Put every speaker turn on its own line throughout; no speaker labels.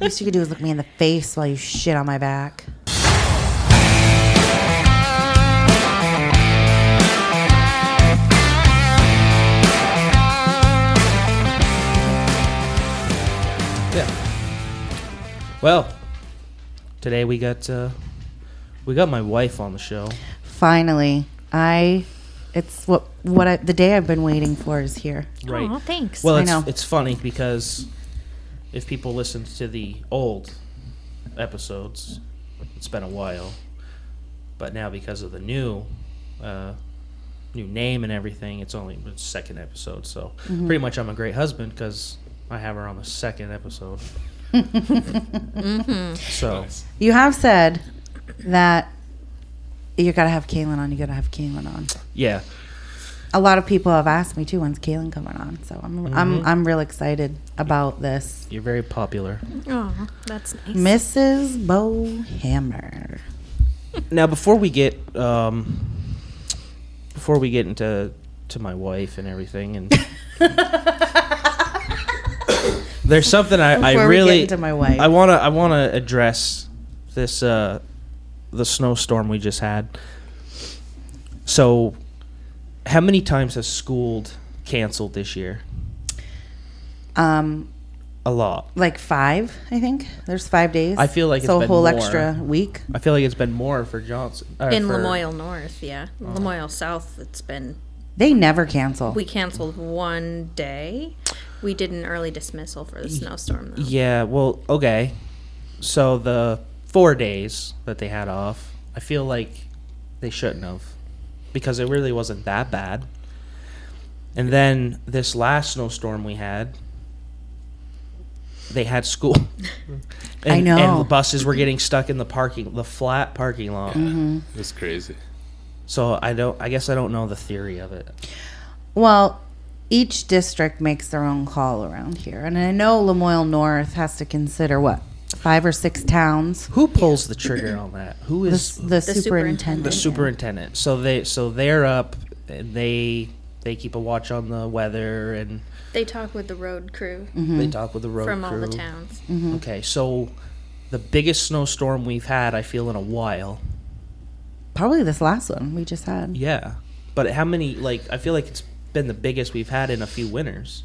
least you could do is look me in the face while you shit on my back.
Yeah. Well, today we got uh, we got my wife on the show.
Finally, I. It's what what I, the day I've been waiting for is here.
Right.
Oh, thanks.
Well,
I
it's
know.
it's funny because if people listened to the old episodes, it's been a while, but now because of the new uh, new name and everything, it's only the second episode. So
Mm-hmm.
pretty much, I'm a great husband because I have her on the second episode.
Mm-hmm.
So
You have said that you gotta have Kaylin on. You gotta have Kaylin on.
yeah,
A lot of people have asked me too. When's Kaylin coming on? So I'm I'm I'm real excited about this.
you're very popular.
oh, that's nice.
Mrs. Bo Hammer.
now before we get um, before we get into to my wife and everything and there's something I, I
Before we get
really
into my wife.
I wanna I wanna address this uh, the snowstorm we just had. So how many times has schooled canceled this year?
Um,
A lot.
like five, I think. There's five days.
I feel like it's
so a
been
whole
more.
extra week.
I feel like it's been more for Johnson. or
in
for-
Lamoille North, yeah.
Oh.
Lamoille South, it's been.
They never cancel.
We canceled one day. We did an early dismissal for the snowstorm, though.
Yeah, well, okay. So the four days that they had off, I feel like they shouldn't have because it really wasn't that bad. And then this last snowstorm we had, they had school. And,
know.
And the buses were getting stuck in the parking, the flat parking lot.
Mm-hmm.
That's crazy.
So I don't. I guess I don't know the theory of it.
well, each district makes their own call around here. And I know Lamoille North has to consider what? Five or six towns.
Who pulls the trigger on that? Who
The,
is
s- the superintendent.
superintendent.
the superintendent. So they so they're up and they they keep a watch on the weather and
They talk with the road crew
Mm-hmm.
they talk with the road
from
crew.
all the towns.
Okay, so the biggest snowstorm we've had, I feel, in a while.
Probably this last one we just had.
Yeah, but how many? Like I feel like it's been the biggest we've had in a few winters.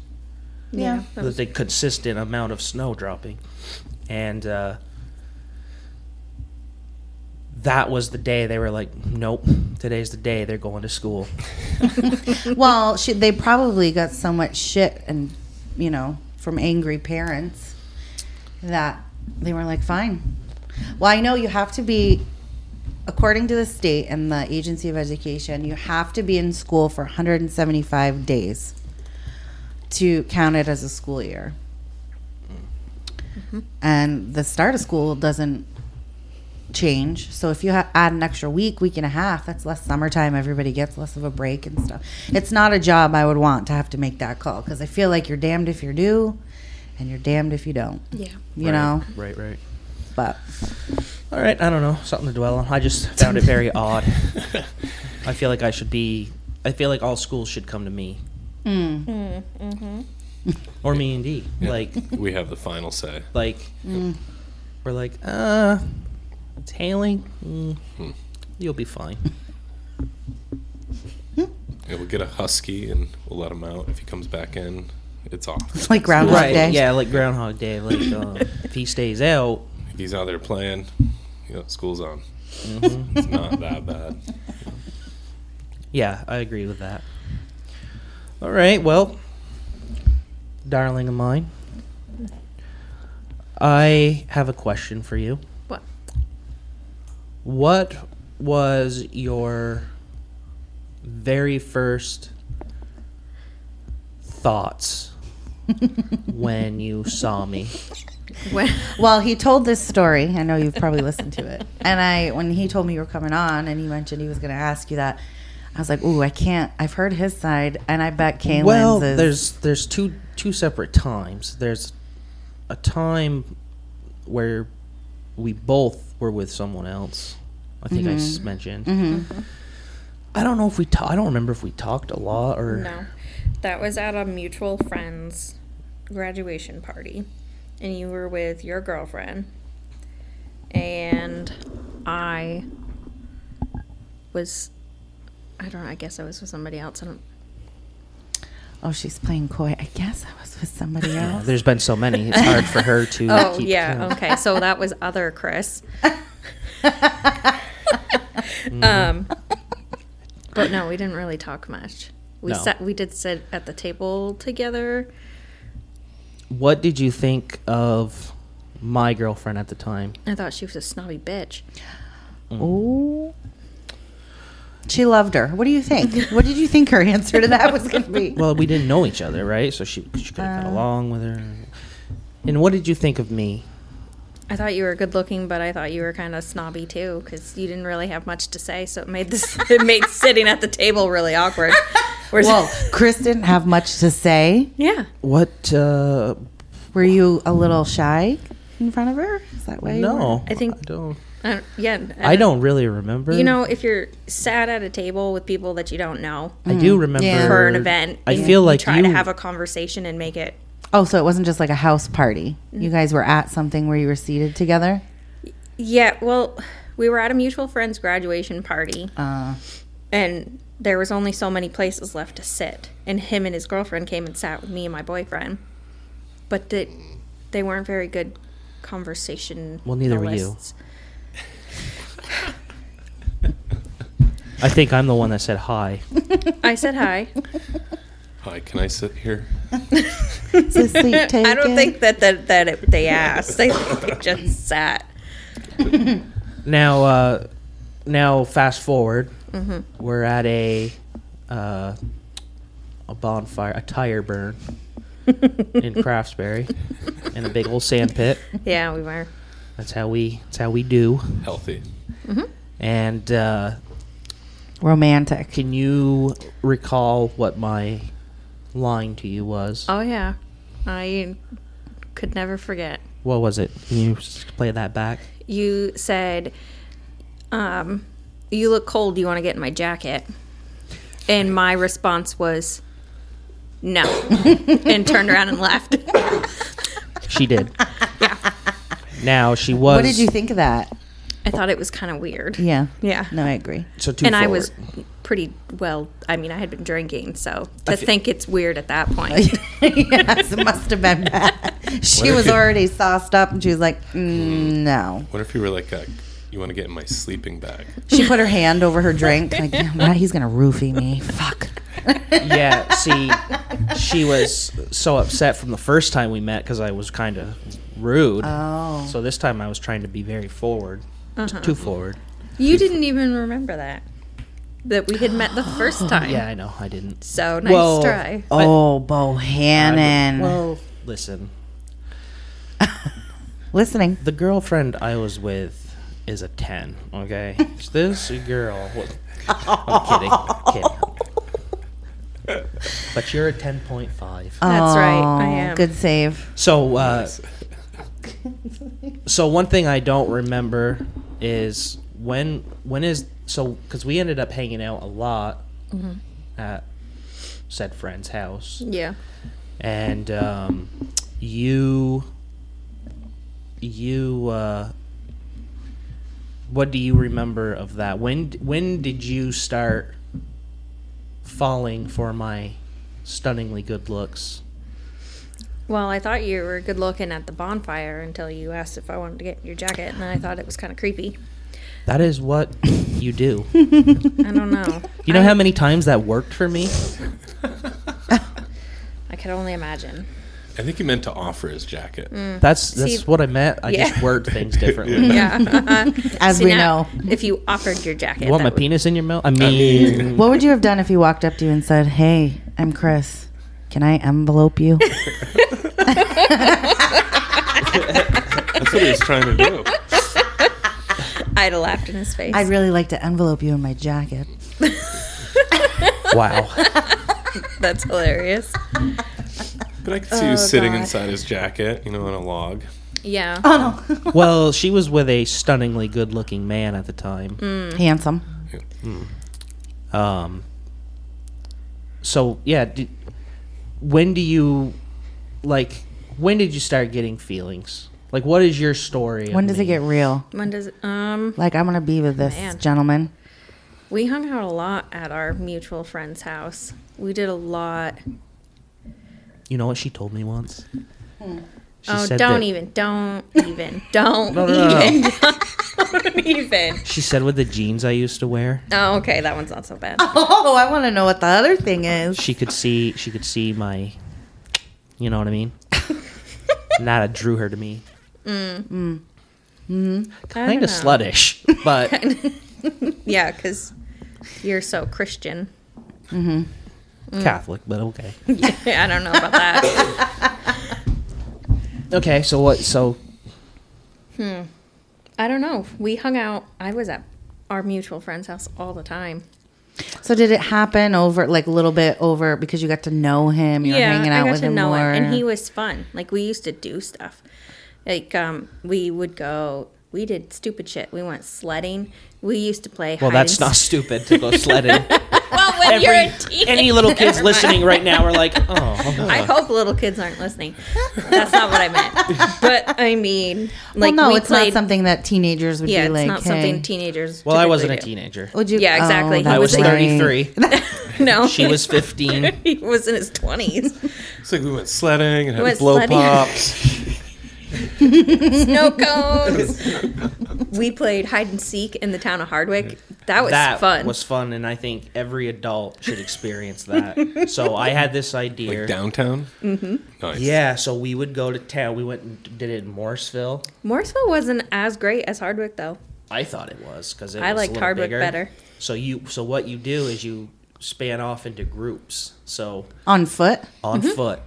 Yeah.
That was-
There's a consistent amount of snow dropping, and uh, that was the day they were like, "Nope, today's the day they're going to school."
Well, she, they probably got so much shit and, you know, from angry parents that they were like, fine. Well, I know you have to be, according to the state and the Agency of Education, you have to be in school for 175 days to count it as a school year. And the start of school doesn't change. So if you ha- add an extra week, week and a half, that's less summertime. Everybody gets less of a break and stuff. It's not a job I would want to have to make that call because I feel like you're damned if you do, and you're damned if you don't.
yeah.
You know,
Right, right.
but
All right, I don't know, something to dwell on. I just found it very odd. I feel like I should be. I feel like all schools should come to me.
Hmm.
Mm-hmm. Or me and D. Like,
We have the final say.
like
Hmm.
we're like, uh, it's hailing. Mm,
Hmm.
You'll be fine.
Yeah, we'll get a husky and we'll let him out. If he comes back in, it's off.
it's like Groundhog Day.
Yeah, like Groundhog Day. Like, um, if he stays out,
If he's out there playing, you know, school's on. It's not that bad.
yeah, I agree with that. All right, well, darling of mine, I have a question for you.
What?
What was your very first thoughts when you saw me?
When,
Well, he told this story. I know you've probably listened to it. And I, when he told me you were coming on, and he mentioned he was going to ask you that, I was like, "Ooh, I can't." I've heard his side, and I bet Kaylin's
well,
is.
there's there's two two separate times. There's a time where we both were with someone else. I think I s I mentioned. I don't know if we. Ta- I don't remember if we talked a lot or
no. That was at a mutual friend's graduation party. and you were with your girlfriend, and I was, I don't know, I guess I was with somebody else. I don't,
Oh, she's playing coy. I guess I was with somebody
Uh,
else.
there's been so many. It's hard for her to.
oh,
keep
yeah.
count.
Okay. So that was other Chris. Um, but no, we didn't really talk much. We
No.
sat, we did sit at the table together.
What did you think of my girlfriend at the time?
I thought she was a snobby bitch. Mm.
oh. She loved her. What do you think? What did you think her answer to that was going to be?
Well, we didn't know each other, right? So she she could
Uh.
have got along with her. And what did you think of me?
I thought you were good looking, but I thought you were kind of snobby too, because you didn't really have much to say. So it made this it made sitting at the table really awkward. Whereas-
Well, Chris didn't have much to say.
yeah,
What? Uh,
Were you a little shy in front of her? Is that why? you
no,
I think-
I don't.
I don't- Uh, yeah.
I don't really remember.
You know, if you're sat at a table with people that you don't know
I do remember
Yeah.
for an mm, event,
I
and
feel
you
like
try
you
to have a conversation and make it.
were- Oh, so it wasn't just like a house party.
Mm.
You guys were at something where you were seated together.
Yeah, well, we were at a mutual friend's graduation party,
Uh,
and there was only so many places left to sit. And him and his girlfriend came and sat with me and my boyfriend, but the, they weren't very good conversation.
Well, neither were you.
you.
I think I'm the one that said hi.
I said hi.
Hi, can I sit here?
is this seat
I don't
taken?
think that that, that it, they asked. I think it just sat.
Now, uh, now, fast forward.
Mm-hmm.
We're at a uh, a bonfire, a tire burn in Craftsberry, in a big old sand pit.
Yeah, we were.
That's how we. That's how we do.
Healthy.
And uh,
romantic.
can you recall what my line to you was?
Oh yeah, I could never forget.
What was it? Can you s- play that back?
You said, um, "You look cold. Do you want to get in my jacket?" And my response was, "No," and turned around and left.
She did. Now she was.
What did you think of that?
I thought it was kind of weird.
Yeah.
Yeah.
No, I agree.
So two
And I was pretty well. I mean, I had been drinking, so to
fe-
think it's weird at that point.
yes, it must have been bad. She was already sauced up, and she was like, mm, "No."
What if you were like, uh, you want to get in my sleeping bag?
She put her hand over her drink, like, "Yeah, why- "He's gonna roofie me." Fuck.
yeah, see, she was so upset from the first time we met because I was kind of rude.
Oh.
So this time I was trying to be very forward, t- too forward.
You didn't even remember that. That we had met the first time.
Yeah, I know, I didn't.
So nice
Well,
try.
Oh, Bohannon.
Well, listen,
Listening.
the girlfriend I was with is a 10, okay? Is this girl. What, I'm kidding, I'm kidding. But you're a 10.5.
That's right. I
Oh,
am.
Good save.
So, uh, so one thing I don't remember is when when is so because we ended up hanging out a lot at said friend's house,
Yeah.
and um, you you uh, what do you remember of that? When when did you start falling for my stunningly good looks?
Well, I thought you were good looking at the bonfire until you asked if I wanted to get in your jacket, and I thought it was kind of creepy.
That is what you do.
I don't know.
You know how many times that worked for me?
I could only imagine.
I think he meant to offer his jacket.
That's that's
See-
what I meant. I
Yeah.
just word things differently.
Yeah.
As we know,
If you offered your jacket,
You want my
that would-
penis in your mouth? I mean,
what would you have done if he walked up to you and said, "Hey, I'm Chris. Can I envelope you?"
That's what he was trying to do.
I'd have laughed in his face.
I'd really like to envelope you in my jacket.
wow.
That's hilarious.
But I could see you sitting inside his jacket, you know, on a log.
Yeah.
Oh
Well, she was with a stunningly good-looking man at the time.
no, handsome.
Um. So yeah, d when do you like? when did you start getting feelings? Like, what is your story? of
When does it
me?
get real?
When does um
Like I'm gonna be with this
Man.
gentleman.
we hung out a lot at our mutual friend's house. We did a lot.
You know what she told me once? She
oh,
said
don't
that-
even, don't even, don't
No, no, no,
even, don't even.
She said with the jeans I used to wear,
Oh, okay, that one's not so bad.
Oh, I want to know what the other thing is.
she could see she could see my, you know what I mean. and that drew her to me.
I
Kind of
don't know.
sluttish, but
Yeah, because you're so Christian. mm.
Catholic. But okay.
I don't know about that.
Okay, so what? So
I don't know. We hung out. I was at our mutual friend's house all the time.
So did it happen over like a little bit over because you got to know him? You were hanging out with him more.
and he was fun. Like we used to do stuff. Like um, we would go. We did stupid shit. We went sledding. We used to play.
well,
hide
that's
and
not stupid to go sledding.
well, when you're a
Every-
teen.
Any little kids
Never mind.
listening right now are like, oh,
I hope little kids aren't listening. That's not what I meant. But I mean,
well,
like
no,
we
it's not
played.
something that teenagers would
yeah,
be
it's
like.
not
hey.
something teenagers.
well, I wasn't a
typically
teenager.
Would you? Oh,
Yeah, exactly. I
that's
I was
was like-
right.
33.
do. No,
She was 15.
he was in his twenties.
It's like we went sledding and had
Went
blow
sledding.
pops.
Snow cones. we played hide and seek in the town of Hardwick. That was
that
fun.
was fun, and I think every adult should experience that. so I had this idea.
Like downtown? Mm-hmm. Nice.
yeah, so we would go to town. We went and did it in Morrisville.
Morrisville wasn't as great as Hardwick though.
I thought it was because it
I
was
liked
a little
Hardwick
bigger.
better.
So you, so what you do is you span off into groups. So
on foot.
on
Mm-hmm.
foot.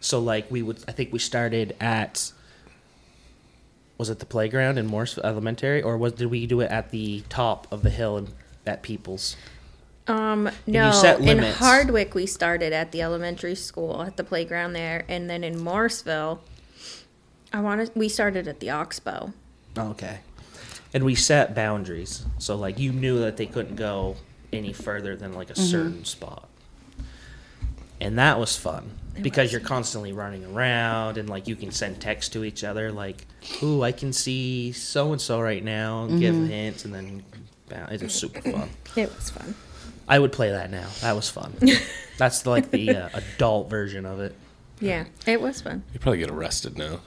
So like we would, I think we started at. Was it the playground in Morse Elementary, or was did we do it at the top of the hill in, at Peoples?
Um, no,
set
in
limits.
Hardwick we started at the elementary school at the playground there, and then in Morrisville, I wanted we started at the Oxbow.
Okay. And we set boundaries, so like you knew that they couldn't go any further than like a certain spot, and that was fun because you're constantly running around and like you can send texts to each other, like, "Ooh, I can see so and so right now," and give hints, and then bound- it was super fun.
It was fun.
I would play that now. That was fun. That's like the uh, adult version of it.
Yeah, it was fun.
You probably get arrested now.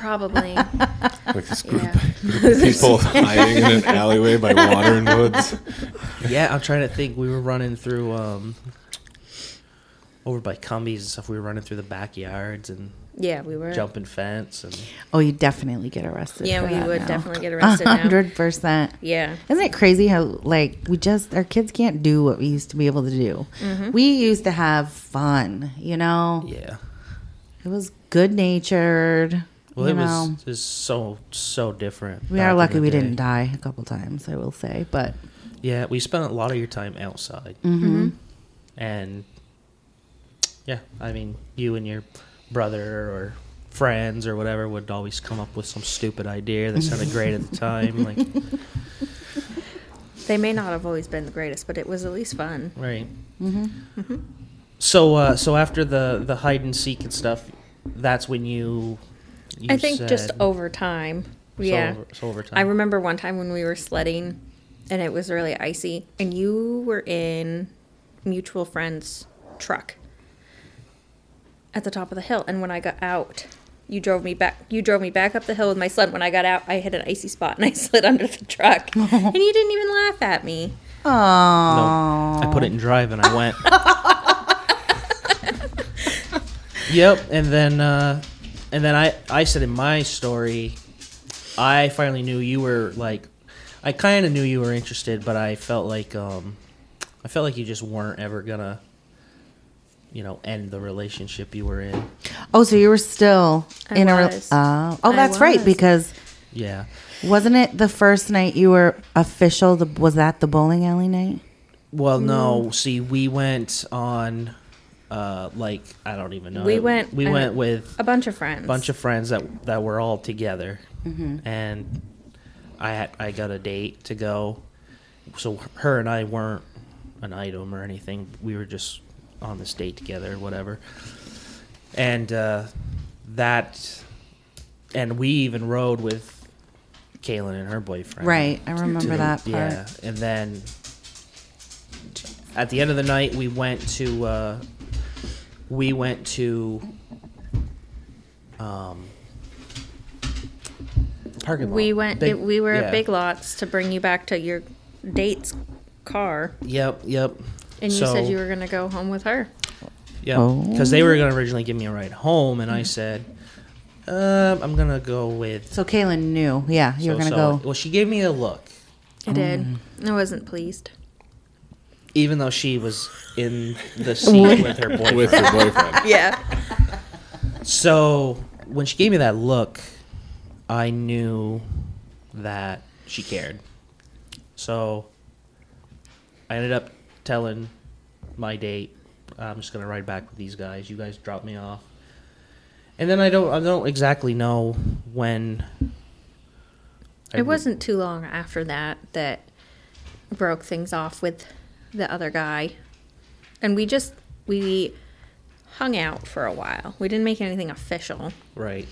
Probably.
Like this group
Yeah.
of people hiding in an alleyway by water and woods.
Yeah, I'm trying to think. We were running through um, over by Cumbies and stuff. We were running through the backyards and
Yeah, we were.
jumping fence and
Oh, you definitely get arrested.
Yeah,
for
we
that
would
now.
definitely get arrested now.
hundred percent.
Yeah.
Isn't it crazy how like we just our kids can't do what we used to be able to do?
Mm-hmm.
We used to have fun, you know.
yeah.
It was good natured.
Well,
you
it
know,
was just so so different.
we
back
are
in
lucky
the
we
day.
didn't die a couple times. I will say, but
Yeah, we spent a lot of your time outside,
Mm.
Mm-hmm.
Mm-hmm.
and yeah, I mean, you and your brother or friends or whatever would always come up with some stupid idea that sounded great at the time, like
They may not have always been the greatest, but it was at least fun.
Right. Mm-hmm. So, uh, so after the the hide and seek and stuff, that's when you. you
I think just
said-
over time.
so
Yeah.
over- so over time.
I remember one time when we were sledding and it was really icy and you were in mutual friend's truck at the top of the hill and when I got out you drove me back you drove me back up the hill with my sled when I got out I hit an icy spot and I slid under the truck and you didn't even laugh at me
oh,
No, I put it in drive and I went. yep, and then uh, and then I I said in my story, I finally knew you were like, I kind of knew you were interested, but I felt like um, I felt like you just weren't ever gonna, you know, end the relationship you were in.
oh, so you were still
I
in a. Re-
was.
uh, oh,
I
that's right
was.
because
Yeah.
wasn't it the first night you were official? The was that the bowling alley night?
Well,
Mm-hmm.
no. See, we went on, uh, like I don't even know.
We went-
We
I-
went with
a bunch of friends
bunch of friends that that were all together,
Mm-hmm.
and I had I got a date to go, so her and I weren't an item or anything. We were just on this date together, whatever. And uh, that, and we even rode with Kaylin and her boyfriend.
Right. I remember that part.
Yeah, and then at the end of the night, we went to uh, we went to um parking lot.
We went.
Big-
it, we were
yeah.
at Big Lots to bring you back to your date's car,
Yep, yep.
and you
So-
said you were gonna go home with her.
Yeah,
Oh.
because they were going to originally give me a ride home,
Mm-hmm.
and I said, um, "I'm going to go with."
So Kaylin knew. Yeah, you were gonna
so- so-
go.
Well, she gave me a look, Um,
I did. I wasn't pleased.
even though she was in the seat with her boyfriend.
with your boyfriend.
Yeah.
So when she gave me that look, I knew that she cared. So I ended up telling my date, "I'm just gonna ride back with these guys. You guys drop me off." And then I don't, I don't exactly know when. I re-
it wasn't too long after that that broke things off with the other guy and we just we hung out for a while we didn't make anything official
right,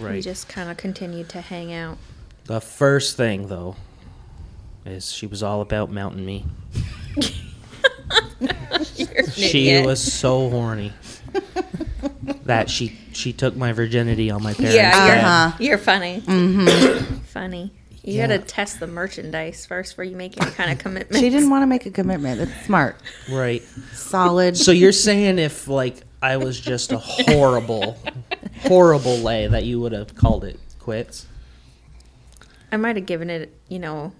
we
right.
just kind of continued to hang out
The first thing though is she was all about mounting me. She
idiot.
was so horny that she she took my virginity on my parents.
you're,
death.
Uh-huh.
you're funny funny you
Yeah.
gotta test the merchandise first before you make any kind of commitment
She didn't want to make a commitment. That's smart,
Right.
solid.
So you're saying if like I was just a horrible, horrible lay that you would have called it quits?
i might have given it you know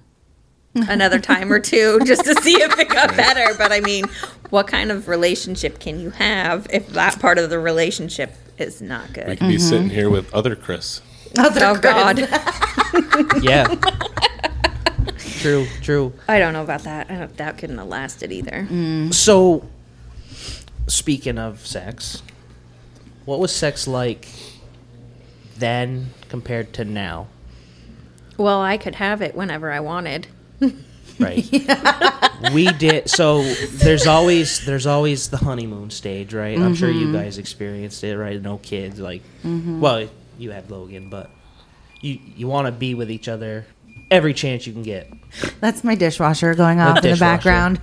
another time or two just to see if it got better but i mean what kind of relationship can you have if that part of the relationship is not
We
good
could be sitting here with other Chris.
oh god
Yeah. true. True.
i don't know about that i don't that couldn't have lasted either
So, speaking of sex, what was sex like then compared to now?
well i could have it whenever i wanted
Right. We did. So there's always there's always the honeymoon stage, right? I'm sure
Mm-hmm.
you guys experienced it, right? No kids, like. Well, you had Logan, but you you want to be with each other every chance you can get.
That's my dishwasher going off in the
dishwasher.
background.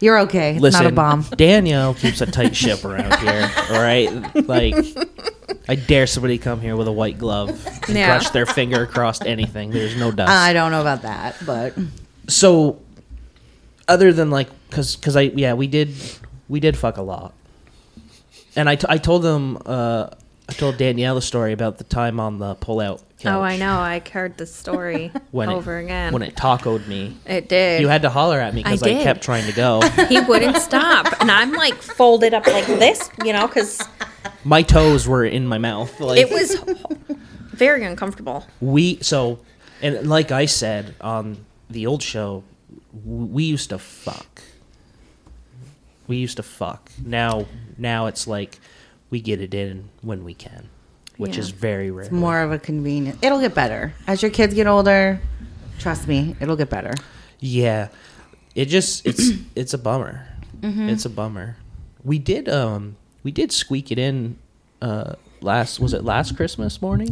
You're okay. It's
Listen,
not a bomb.
Danielle keeps a tight ship around here. All right, like I dare somebody come here with a white glove and
Yeah.
brush their finger across anything. There's no dust.
I don't know about that, but
so, other than like, cause, cause I yeah we did we did fuck a lot, and I, t- I told them uh, I told Danielle the story about the time on the pullout. Couch
oh i know i heard the story
it-
over again
when it tacoed me.
It did
You had to holler at me because
I
I,
did.
kept trying to go.
he wouldn't stop and i'm like folded up like this you know because
my toes were in my mouth. Like,
it was very uncomfortable
we so and like i said on the old show w- we used to fuck we used to fuck now now it's like we get it in when we can which
Yeah.
is very rare
more of a convenience. It'll get better as your kids get older. Trust me, it'll get better.
yeah it just it's it's a bummer it's a bummer we did um we did squeak it in uh last was it last christmas morning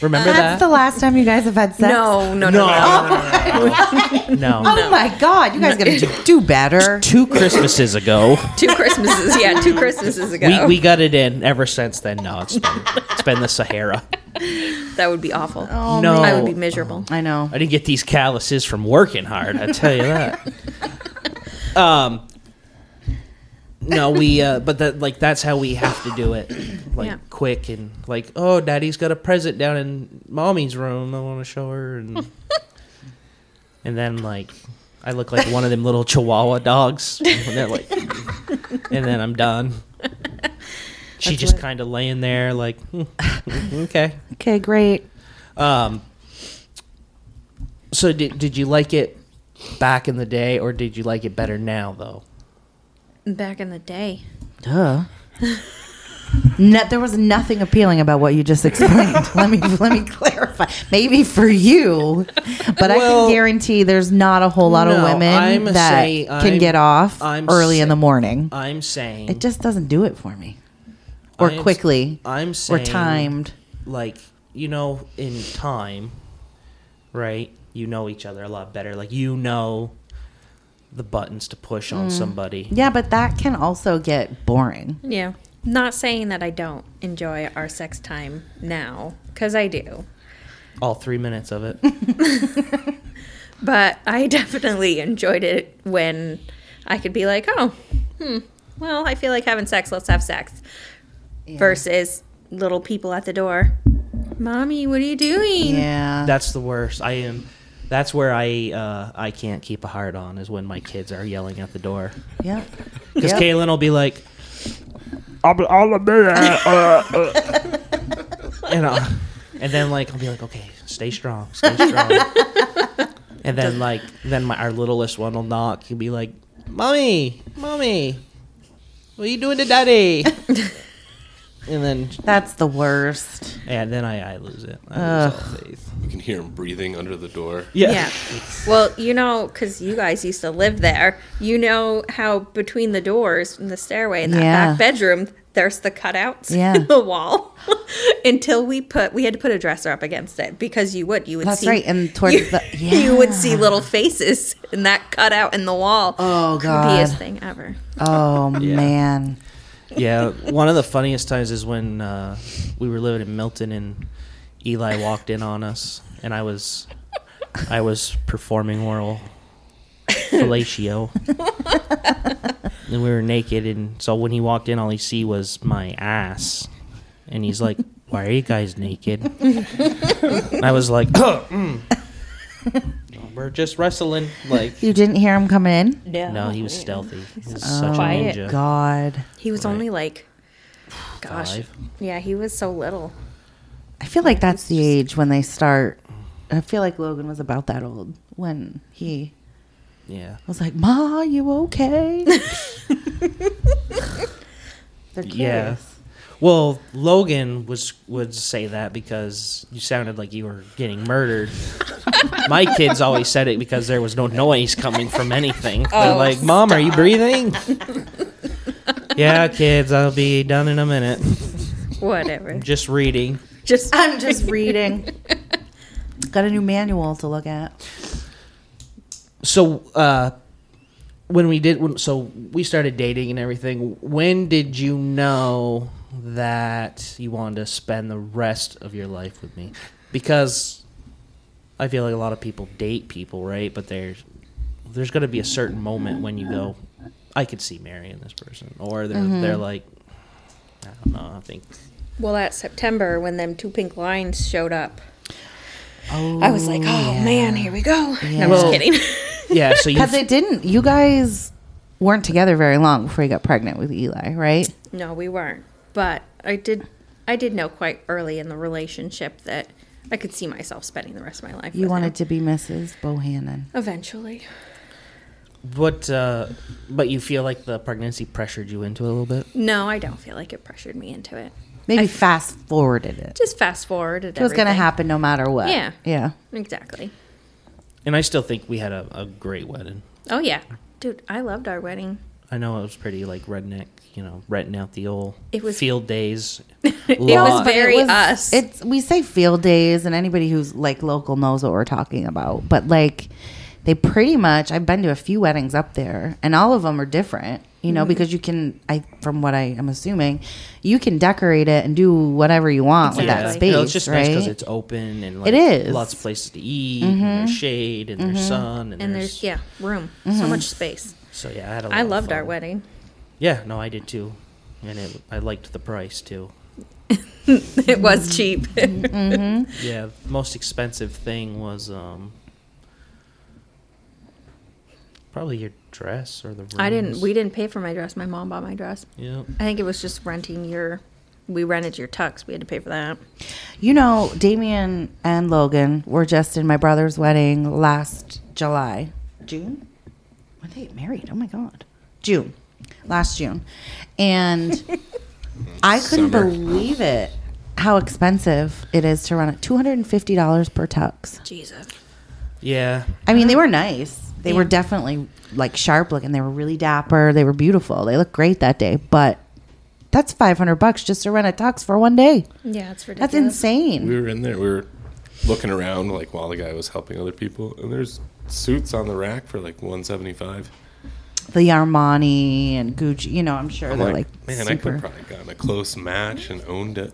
remember
That's
that
the last time you guys have had sex.
no no no,
no,
no.
no, no, no, no.
Oh my God, you guys gotta do, do better.
two Christmases ago.
two Christmases. Yeah, two Christmases ago.
We, we got it in ever since then. No, it's been, it's been the Sahara.
that would be awful.
no,
Oh, I would be miserable.
I know.
I didn't get these calluses from working hard. I tell you that. Um, no, we. Uh, but that like that's how we have to do it, like
Yeah.
quick and like. Oh, daddy's got a present down in mommy's room. I want to show her, and and then like I look like one of them little Chihuahua dogs, and they're like, and then I'm done. She just
what-
kind of laying there, like, "Hmm, okay.
Okay, great.
Um, so did, did you like it back in the day, or did you like it better now, though?
Back in the day,
Duh. No, there was nothing appealing about what you just explained. let me let me clarify. Maybe for you, but I
Well,
can guarantee there's not a whole lot
no,
of women
I'm
that
say-
can
I'm-
get off
I'm
early in
say-
the morning.
I'm saying
It just doesn't do it for me. or
I am-
quickly
I'm
or
saying
timed.
like you know in time right you know each other a lot better like you know the buttons to push on somebody
Yeah, but that can also get boring.
Yeah. Not saying that I don't enjoy our sex time now, because I do.
all three minutes of it
But I definitely enjoyed it when I could be like, oh, hmm, well, I feel like having sex. Let's have sex.
Yeah.
Versus little people at the door. Mommy, what are you doing?
Yeah.
that's the worst i am that's where i uh i can't keep a heart on is when my kids are yelling at the door
yep.
because
Yep.
kaylin will be like
I'll, be- I'll admit that. Uh, uh,
you know and then like i'll be like okay stay strong stay strong and then like then my our littlest one will knock he'll be like mommy mommy what are you doing to daddy and then
That's the worst.
and then i, I lose it I lose all faith.
You can hear him breathing under the door.
yeah
Yeah. Well, you know, because you guys used to live there, you know how between the doors and the stairway in that
Yeah.
back bedroom, there's the cutouts
Yeah.
in the wall. Until we put, we had to put a dresser up against it because you would, you would
That's
see.
right, and towards
you,
the-
you would see
yeah.
little faces in that cutout in the wall.
Oh,
Creepiest
God.
thing ever.
Oh
Yeah.
man.
yeah one of the funniest times is when uh, we were living in milton and eli walked in on us and i was i was performing oral fellatio and we were naked and so when he walked in all he see was my ass and he's like why are you guys naked and i was like "Mm. we're just wrestling like
You didn't hear him come in? Oh,
no he was stealthy he was such a
Quiet.
ninja
God.
He was
Right.
only like, gosh.
Five.
Yeah, he was so little.
I feel like that's the age when they start. I feel like Logan was about that old when he
yeah
was like, "Ma, you okay?" They're curious.
Yeah. Well, Logan was would say that because you sounded like you were getting murdered. My kids always said it because there was no noise coming from anything. They're
Oh,
like, "Mom, are you breathing?" yeah, kids, I'll be done in a minute.
Whatever.
Just reading.
Just
I'm just reading. Got a new manual to look at.
So, uh, when we did, when, so we started dating and everything. When did you know that you wanted to spend the rest of your life with me? Because I feel like a lot of people date people, right? But there's there's going to be a certain moment when you go, I could see marrying this person, or they're they're like, I don't know. I think
Well, that September when them two pink lines showed up,
Oh,
I was like, "Oh man, here we go." No, I'm
Well-
just kidding.
yeah. So you
because it didn't. You guys weren't together very long before you got pregnant with Eli, right?
no, we weren't. But I did, I did know quite early in the relationship that I could see myself spending the rest of my life.
You
with
wanted
him.
to be Mrs. Bohannon.
eventually.
what? Uh, but you feel like the pregnancy pressured you into it a little bit.
No, I don't feel like it pressured me into it.
Maybe fast forwarded it.
Just fast forward. It
It was going to happen no matter what.
Yeah.
Yeah.
Exactly.
And I still think we had a, a great wedding.
Oh yeah, dude, I loved our wedding.
I know it was pretty like redneck, you know, renting out the old
It was-
field days.
It
lot.
was very
It was-
us.
It's we say field days, and anybody who's like local knows what we're talking about. But like, they pretty much. I've been to a few weddings up there, and all of them are different. You
Mm-hmm.
know, because you can. I from what I am assuming, you can decorate it and do whatever you want with that
Exactly.
space.
No, it's just
right?
because it's open and like
It is.
lots of places to eat and there's shade and there's sun and,
Mm-hmm. and
there's,
there's yeah, room, so
Mm-hmm.
much space.
so yeah. I, had a lot
I
of
loved our
fun.
wedding.
Yeah, no, I did too, and it, I liked the price too.
It was cheap.
Mm-hmm.
Yeah, the most expensive thing was um probably your dress or the. Rooms.
I didn't. We didn't pay for my dress. My mom bought my dress.
Yeah.
I think it was just renting your. We rented your tux. We had to pay for that.
You know, Damien and Logan were just in my brother's wedding last July. June? When they get married. Oh my God. June. Last June. And I couldn't
Summer.
believe it how expensive it is to run it. $250 per tux.
Jesus.
Yeah,
I mean, they were nice. They were
Yeah.
definitely like sharp looking. They were really dapper. They were beautiful. They looked great that day. But That's 500 bucks just to rent a tux for one day.
Yeah, it's ridiculous.
That's insane.
We were in there. We were looking around like while the guy was helping other people, and there's suits on the rack for like 175.
The Armani and Gucci, you know, I'm sure
I'm
they're
like,
like,
man, I could
super.
probably gotten a close match and owned it.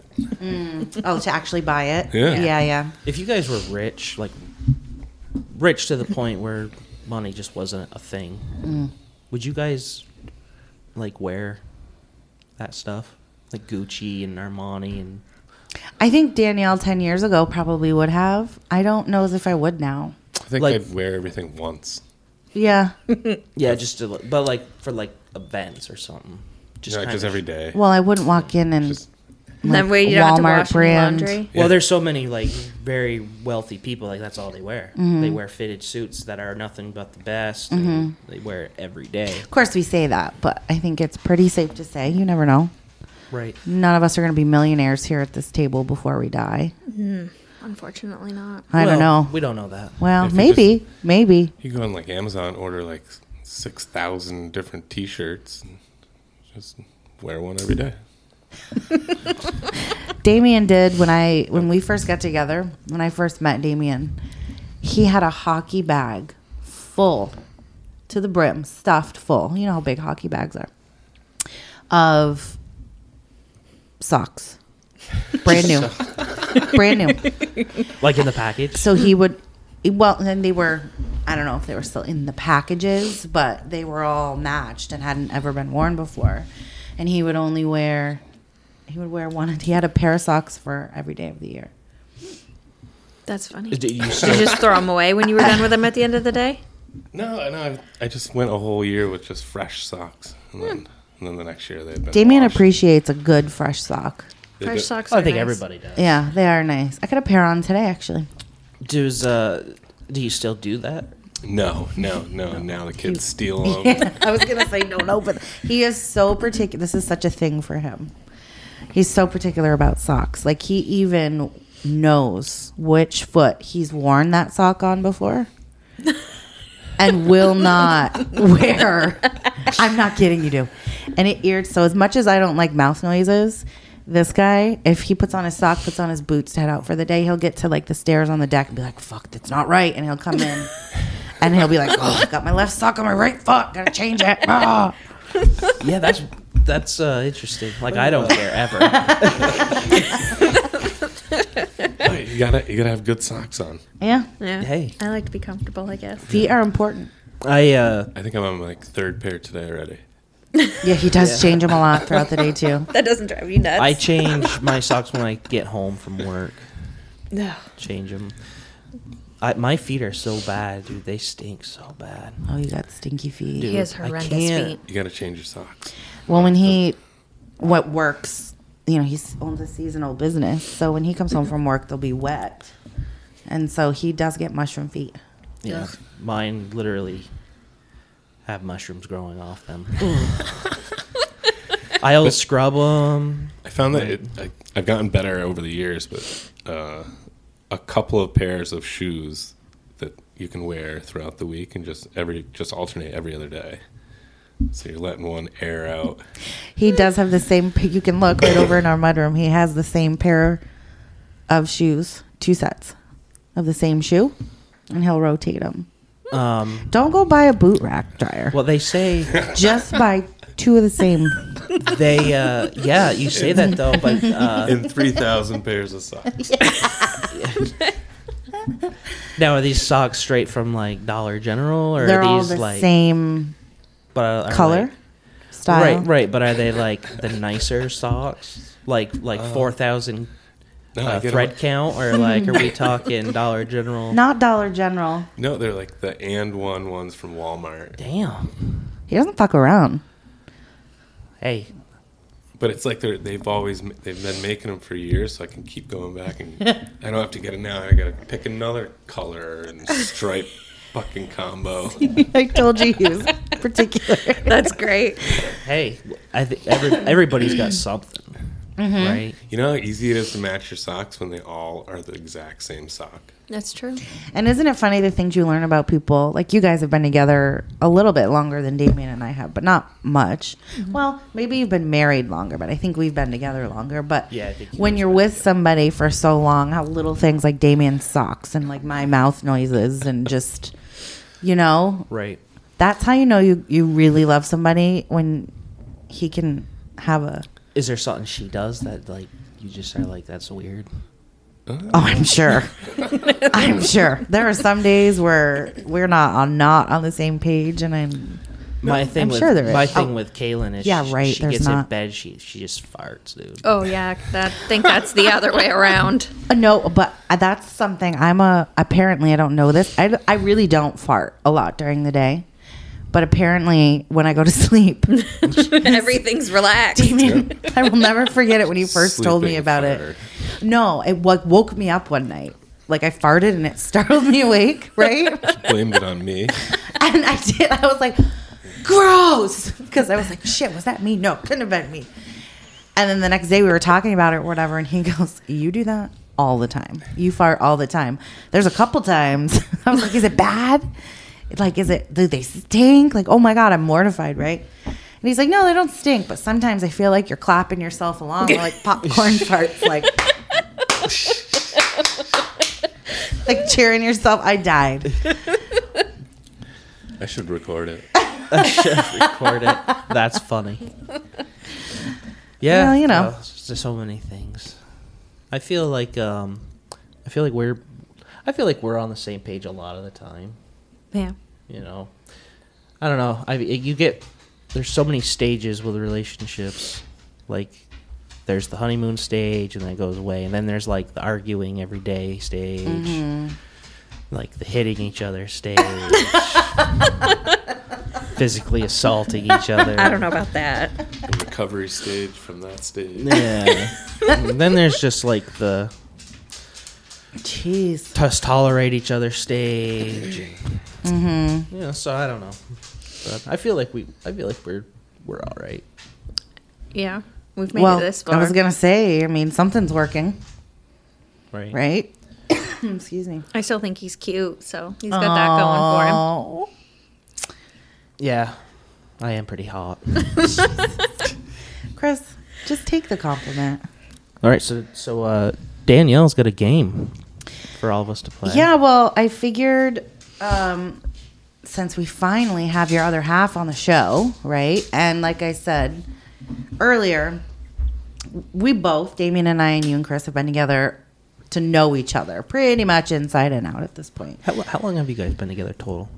oh, to actually buy it.
Yeah.
yeah, yeah.
If you guys were rich, like rich to the point where money just wasn't a thing,
Mm.
would you guys like wear that stuff? Like Gucci and Armani and
I think Danielle 10 years ago probably would have. I don't know as if I would now.
I think
Like-
I'd wear everything once.
Yeah.
yeah, just to, but like for like events or something. Just
Yeah,
kind
because
of-
every day.
Well, I wouldn't walk in and
Just-
like,
that way you don't
Walmart
have to wash any
brand.
laundry.
Well, there's so many like very wealthy people. Like that's all they wear.
Mm-hmm.
They wear fitted suits that are nothing but the best. and
Mm-hmm.
They wear it every day.
Of course, we say that, but I think it's pretty safe to say you never know.
Right.
None of us are going to be millionaires here at this table before we die.
Unfortunately, not.
I don't know.
We don't know that.
well,
If you
maybe, maybe.
You go on like Amazon, order like six thousand different T-shirts, and just wear one every day.
Damien did when I when we first got together, when I first met Damien, he had a hockey bag full to the brim, stuffed full. You know how big hockey bags are. Of socks. Brand new. Brand new.
Like in the package.
So he would, well, then they were, I don't know if they were still in the packages, but they were all matched and hadn't ever been worn before. And he would only wear, he would wear one, he had a pair of socks for every day of the year.
That's funny.
Do
Did
you
you
still,
just throw them away when you were done with them at the end of the day?
No, no, I, I just went a whole year with just fresh socks, and
Hmm.
then, and then the next year they've been.
Damien
washed.
appreciates a good fresh sock.
They've
Fresh
been-
socks.
I
are
think
nice.
everybody does.
Yeah, they are nice. I got a pair on today, actually.
Does uh, do you still do that?
No, no, no. Now the kids steal them.
I was going to say no, no, but he is so particular. This is such a thing for him. He's so particular about socks. Like, he even knows which foot he's worn that sock on before. and will not wear. I'm not kidding you, do. And it irritates. So as much as I don't like mouth noises, this guy, if he puts on his sock, puts on his boots to head out for the day, he'll get to like the stairs on the deck and be like, "Fuck, that's not right," and he'll come in. And he'll be like, "Oh, I got my left sock on my right foot. Gotta change it." Ah.
Yeah, that's that's uh, interesting. Like I don't care ever.
you gotta, you gotta have good socks on.
Yeah,
Yeah.
Hey.
I like to be comfortable, I guess.
feet are important.
I uh,
I think I'm on like third pair today already.
Yeah, he does change them a lot throughout the day too.
That doesn't drive you nuts.
I change my socks when I get home from work.
No.
Change them. I, my feet are so bad, dude. They stink so bad.
Oh, you got stinky feet.
Dude,
He has
I
horrendous
can't-
feet.
You gotta change your socks.
Well, when he, what works, you know, he's owns a seasonal business. So when he comes home from work, they'll be wet, and so he does get mushroom feet.
Yeah. Mine literally have mushrooms growing off them. I'll scrub them.
I found that it, I, I've gotten better over the years, but uh, a couple of pairs of shoes that you can wear throughout the week and just every just alternate every other day. So you're letting one air out.
He does have the same. You can look right over in our mudroom. He has the same pair of shoes, two sets of the same shoe, and he'll rotate them.
Um,
Don't go buy a boot rack dryer.
well, they say
Just buy two of the same.
they. Uh, yeah, you say that though, but uh,
And three thousand pairs of socks.
now are these socks straight from like Dollar General or
They're
are
all
these
the
like
same
but uh, are- are,
color,
like-
style.
right, right. But are they like the nicer socks, like like four thousand
No, I
uh,
get 'em-
thread count, or like are we talking Dollar General?
Not Dollar General.
No, they're like the and one ones from Walmart.
Damn.
He doesn't fuck around.
Hey,
But it's like they're they've always m- they've been making them for years, so I can keep going back and I don't have to get it now. I gotta pick another color and stripe fucking combo.
I told you he was particular.
That's great.
hey, I think every, everybody's got something.
Mm-hmm.
right?
You know how easy it is to match your socks when they all are the exact same sock?
That's true.
And isn't it funny the things you learn about people? Like you guys have been together a little bit longer than Damien and I have, but not much.
Mm-hmm.
Well, maybe you've been married longer, but I think we've been together longer. But
Yeah, I think you
when
guys
you're
have been
with somebody for so long, how little things like Damien's socks and like my mouth noises and just you know,
Right.
that's how you know you you really love somebody when he can have a
Is there something she does that like you just are like that's weird?
Oh, I'm sure. I'm sure. There are some days where we're not on not on the same page, and I'm
my thing
I'm
with
sure there is.
my thing
Oh.
with Kaylin is
Yeah,
she,
right,
she
there's
gets in
not.
bed she she just farts, dude.
Oh yeah, that think that's the other way around.
Uh, no, but that's something I'm a. Apparently, I don't know this. I I really don't fart a lot during the day, but apparently when I go to sleep,
Everything's relaxed.
Damien, I will never forget it when you first told me
Sleeping
about
fart.
it. No, it like woke me up one night. Like I farted and it startled me awake, right?
Blamed it on me.
And I did. I was like, gross. Because I was like, shit, was that me? No, couldn't have been me. And then the next day we were talking about it or whatever. And he goes, You do that all the time. You fart all the time. There's a couple times. I was like, Is it bad? Like, is it, do they stink? Like, oh my God, I'm mortified, right? And he's like, No, they don't stink. But sometimes I feel like you're clapping yourself along like popcorn farts, like, like cheering yourself. I died.
I should record it.
Record it. That's funny. Yeah,
Well, you know.
uh, there's just so many things. I feel like um, I feel like we're I feel like we're on the same page a lot of the time.
Yeah.
you know i don't know i you get there's so many stages with relationships like there's the honeymoon stage and then it goes away and then there's like the arguing every day stage
Mm-hmm.
like the hitting each other stage physically assaulting each other
I don't know about that.
The recovery stage from that stage.
yeah And then there's just like the
Jeez.
just tolerate each other stage mm-hmm. you know so i don't know but i feel like we i feel like we're we're all right
Yeah. We've made it this far.
I was gonna say, I mean, something's working,
right
right? Excuse me.
I still think he's cute, so he's got that going for him.
for him.
Yeah, I am pretty hot.
Chris, just take the compliment.
All right, so so uh, Danielle's got a game for all of us to play.
Yeah, well, I figured um, since we finally have your other half on the show, right? And like I said earlier, we both, Damien and I, and you and Chris, have been together to know each other pretty much inside and out at this point.
How, how long have you guys been together total?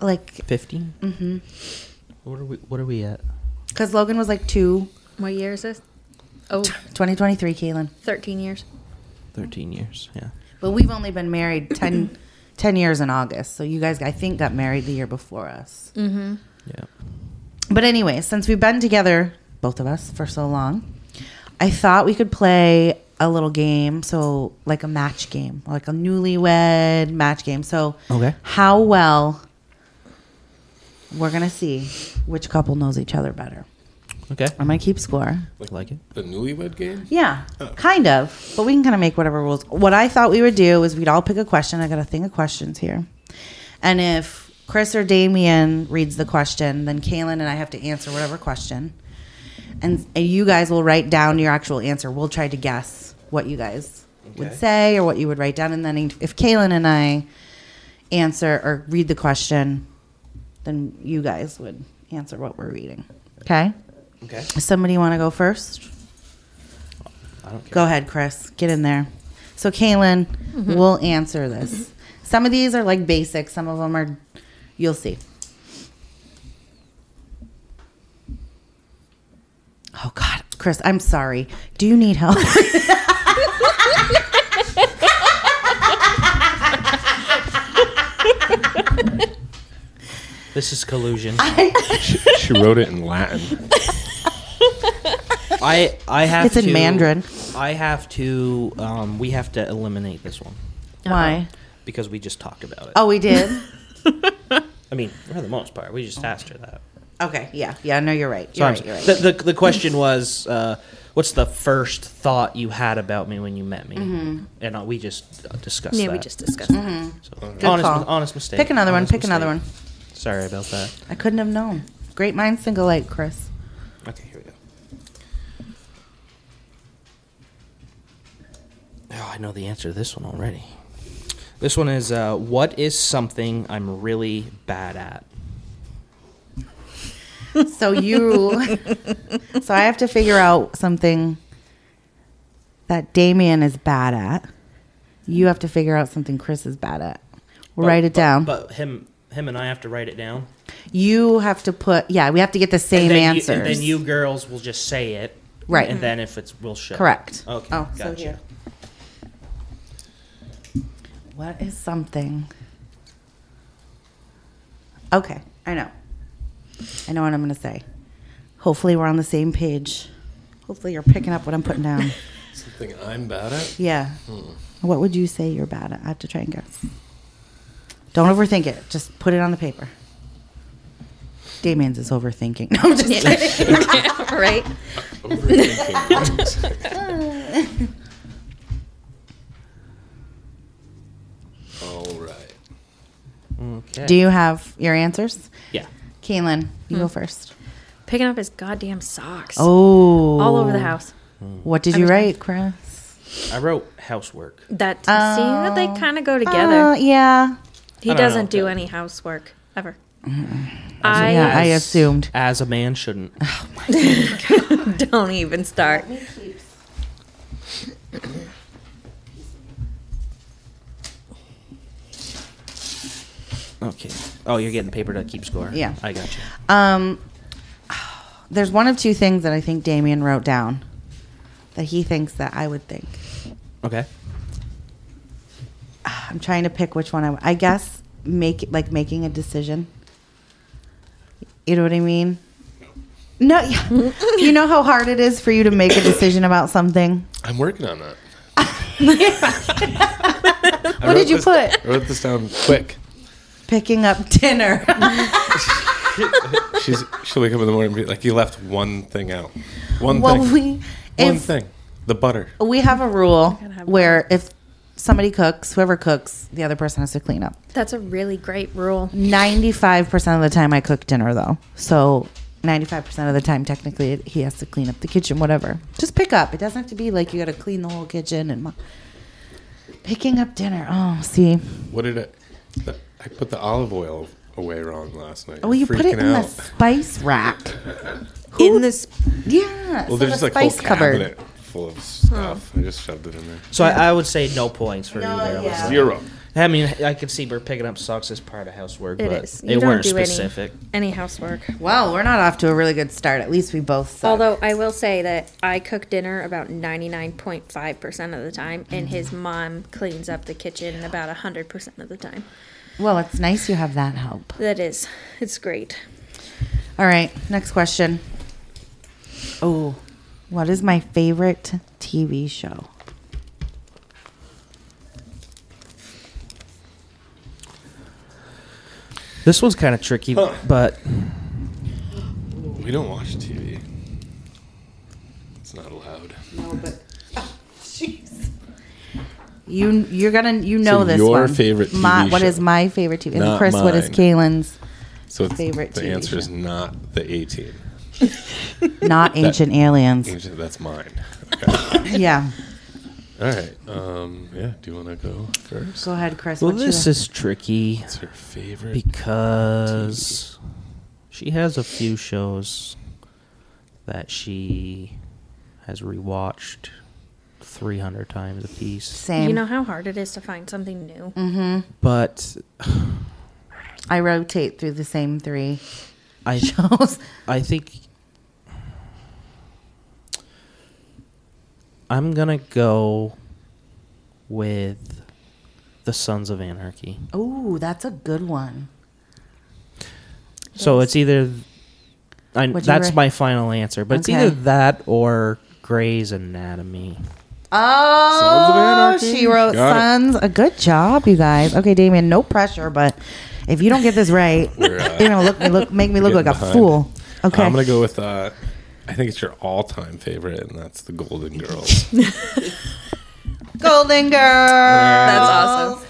Like,
15 Mm-hmm. What are we What are we at?
because Logan was like two,
What year is this? Oh,
2023, Kaylin.
13 years.
Thirteen years. Yeah.
But we've only been married 10, 10 years in August. So you guys, I think, got married the year before us.
Mm-hmm.
Yeah.
But anyway, since we've been together, both of us, for so long, I thought we could play a little game. So, like a match game, like a newlywed match game. So,
Okay.
how well we're going to see which couple knows each other better.
Okay.
I'm going to keep score.
Like it.
The newlywed game?
Yeah, kind of. But we can kind of make whatever rules. What I thought we would do is we'd all pick a question. I got a thing of questions here. And if Chris or Damien reads the question, then Kaylin and I have to answer whatever question. And, and you guys will write down your actual answer. We'll try to guess what you guys would
Okay.
say or what you would write down. And then if Kaylin and I answer or read the question, then you guys would answer what we're reading. Okay?
Okay.
Somebody want to go first?
I don't care.
Go ahead, Chris. Get in there. So, Kaylin, we'll answer this. Some of these are like basic. Some of them are, you'll see. Oh God, Chris, I'm sorry. Do you need help?
This is collusion.
She wrote it in Latin.
I I have.
It's in
to-
Mandarin.
I have to. Um, we have to eliminate this one
Why?
because we just talked about it.
Oh, we did.
I mean, for the most part, we just asked her that.
okay. Yeah. Yeah. No, you're right.
So
You're
I'm
right. You're right.
The, the, the question was, uh, what's the first thought you had about me when you met me?
Mm-hmm.
And uh, we just uh, discussed
Yeah,
that.
we just discussed that.
So,
Good
honest,
call.
honest mistake.
Pick another one.
Honest
Pick another one.
mistake. Sorry about that.
I couldn't have known. Great minds think alike, Chris.
Okay, here we go. Oh, I know the answer to this one already. This one is uh, what is something I'm really bad at?
So you, so I have to figure out something that Damien is bad at. You have to figure out something Chris is bad at. Write it
But-
down.
But him him and I have to write it down.
you have to put. Yeah, we have to get the same
and then
answers.
You, and then you girls will just say it.
Right.
And then if it's we'll show.
Correct.
Okay.
Oh, so
gotcha.
here. What is something? Okay, I know. I know what I'm going to say. Hopefully, we're on the same page. Hopefully, you're picking up what I'm putting down.
Something I'm bad at.
yeah. What would you say you're bad at? I have to try and guess. Don't overthink it. Just put it on the paper. Damien's is overthinking. No, I'm just kidding.
right?
Overthinking. All right.
Okay.
Do you have your answers?
yeah.
Kaylin, you go first.
Picking up his goddamn socks
Oh.
all over the house.
What did you write, Chris?
I wrote housework.
That see that they kind of go
Uh,
together.
yeah.
he
I don't
doesn't
know.
do any housework ever. I
yeah, I assumed.
As a man shouldn't.
don't even start.
okay. Oh, you're getting paper to keep score.
Yeah.
I got you.
Um, there's one of two things that I think Damien wrote down that he thinks that I would think.
Okay.
I'm trying to pick which one I. I guess make like making a decision. You know what I mean? No. yeah. you know how hard it is for you to make a decision about something.
I'm working on that.
What did you put?
I wrote this down quick.
Picking up dinner.
She's she'll wake up in the morning and be like, "You left one thing out. One
well,
thing.
we
one
if-
thing. The butter."
we have a rule
gotta have
where if somebody cooks, whoever cooks, the other person has to clean up.
That's a really great rule.
95% of the time I cook dinner though. So 95% of the time technically it- he has to clean up the kitchen whatever. Just pick up. It doesn't have to be like you got to clean the whole kitchen and mo- picking up dinner. Oh, see.
What did I? The, I put the olive oil away wrong last night.
Well, Oh, you put it
Freaking
in
out.
the spice rack.
In this,
Yeah. so
Well, there's
the
like whole
spice cupboard.
cabinet full of stuff. I just shoved it in there.
So I, I would say no points for either of us.
yeah.
Zero.
I mean, I can see we're picking up socks as part of housework,
it
but
is.
it weren't specific.
any any housework.
Well, we're not off to a really good start. At least we both suck.
Although I will say that I cook dinner about 99.5% of the time, and his mom cleans up the kitchen about 100% of the time.
well, it's nice you have that help.
That is, it's great.
All right, next question. Oh, what is my favorite TV show?
This one's kind of tricky,
Huh.
but
We don't watch TV. It's not allowed.
You you're gonna you know this
your
one.
favorite TV
my, What
show.
is my favorite TV? And
Not
Chris, what is
mine.
Kaylin's?
So it's-
Favorite
the
TV
answer is
show.
not the A team.
Not Ancient Aliens.
That's mine. Okay.
Yeah,
All right. Um, yeah. Do you want to go first?
go ahead, Chris.
well,
what's
this
your-
is tricky
What's your favorite?
because she has a few shows that she has rewatched 300 times a piece,
same. Mm-hmm.
You know how hard it is to find something new?
but
I rotate through the same three
I
shows.
I think I'm gonna go with the Sons of Anarchy.
Oh, that's a good one.
So it's either I,
What'd you
that's
write?
my final answer, but it's
Okay.
either that or Grey's Anatomy.
Oh,
Sons of
she
Anarchy.
wrote
Got it.
Sons. A good job, you guys. Okay, Damien, no pressure, but if you don't get this right,
We're, uh,
you're gonna look me look make me look
We're
like a
getting behind.
fool. Okay.
I'm gonna go with uh, I think it's your all-time favorite, and that's the Golden Girls.
Golden Girl.
That's
That's
awesome.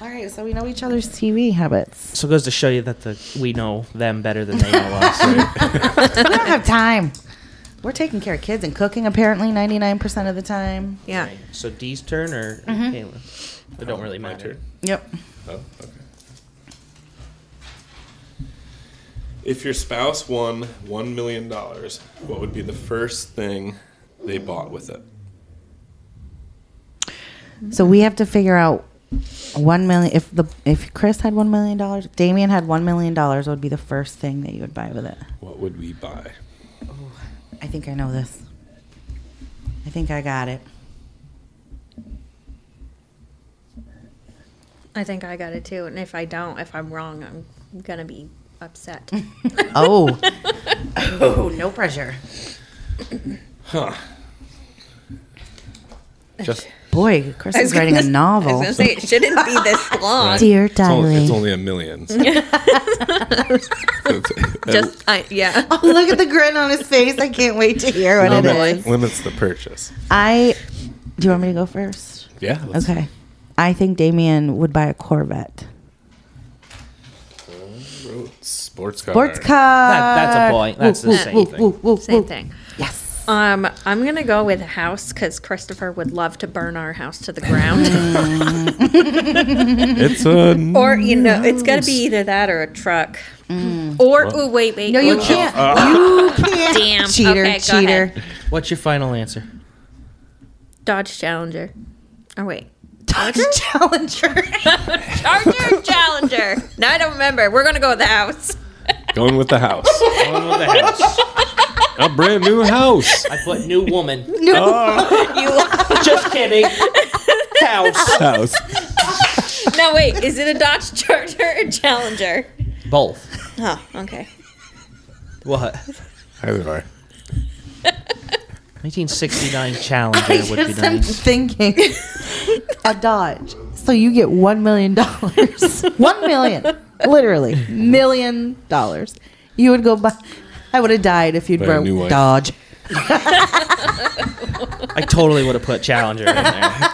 All right, so we know each other's TV habits.
So it goes to show you that the we know them better than they know us.
we don't have time. We're taking care of kids and cooking apparently 99% of the time.
Yeah.
Okay, So Dee's turn or Kayla? It don't really matter.
Yep.
Oh, okay. If your spouse won one million dollars, what would be the first thing they bought with it?
So we have to figure out 1 million if the if Chris had 1 million dollars, Damien had 1 million dollars would be the first thing that you would buy with it.
What would we buy?
I think I know this. I think I got it.
I think I got it too. And if I don't, if I'm wrong, I'm gonna be upset.
Oh. oh, no pressure.
Huh? Just
Boy, Chris
I
is
was
writing a
gonna- I
novel.
was gonna say it shouldn't be this long.
Dear
it's only,
diary.
it's only a million. so it's- it
Just I, yeah.
Oh, look at the grin on his face. I can't wait to hear what it
limit-
is.
limits the purchase.
I do you want me to go first?
Yeah. let's-
Okay. I think Damien would buy a Corvette.
Sports car.
Sports car.
That, that's a point. That's the same thing.
Same thing.
Yes.
Um, I'm gonna go with a house because Christopher would love to burn our house to the
Mm.
ground.
It's a
Mm.
or you know, it's gotta be either that or a truck. Or oh wait, wait.
Mm. No, you
oh,
can't. you can't.
Damn.
Cheater.
Okay, go
cheater.
ahead.
What's your final answer?
Dodge Challenger. Oh wait.
Dodge Challenger.
Charger or Challenger. No, I don't remember. We're gonna go with the house.
going with the house.
Going with the house.
a brand new house.
I put new woman. Oh.
You
Just kidding. House.
House.
No, wait. Is it a Dodge Charger or Challenger?
Both.
Oh, okay.
What?
Either way.
1969 Challenger would be
I'm
nice.
thinking a Dodge. So you get one million dollars. one million, literally million dollars. You would go buy. I would have died if you'd
Buy a new
broke
wife.
Dodge.
I totally would have put Challenger in there.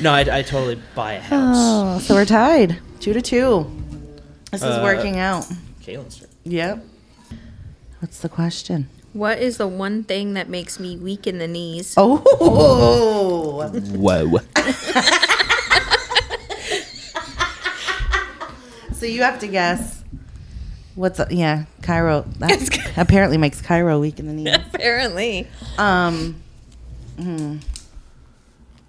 No, I'd, i totally buy a house.
Oh, so we're tied two to two. This is
Uh,
working out.
Kayla's turn.
Yep. What's the question?
What is the one thing that makes me weak in the knees?
Oh,
Whoa.
so you have to guess. What's yeah? Cairo. That apparently makes Cairo weak in the knees.
Apparently.
Um. hmm,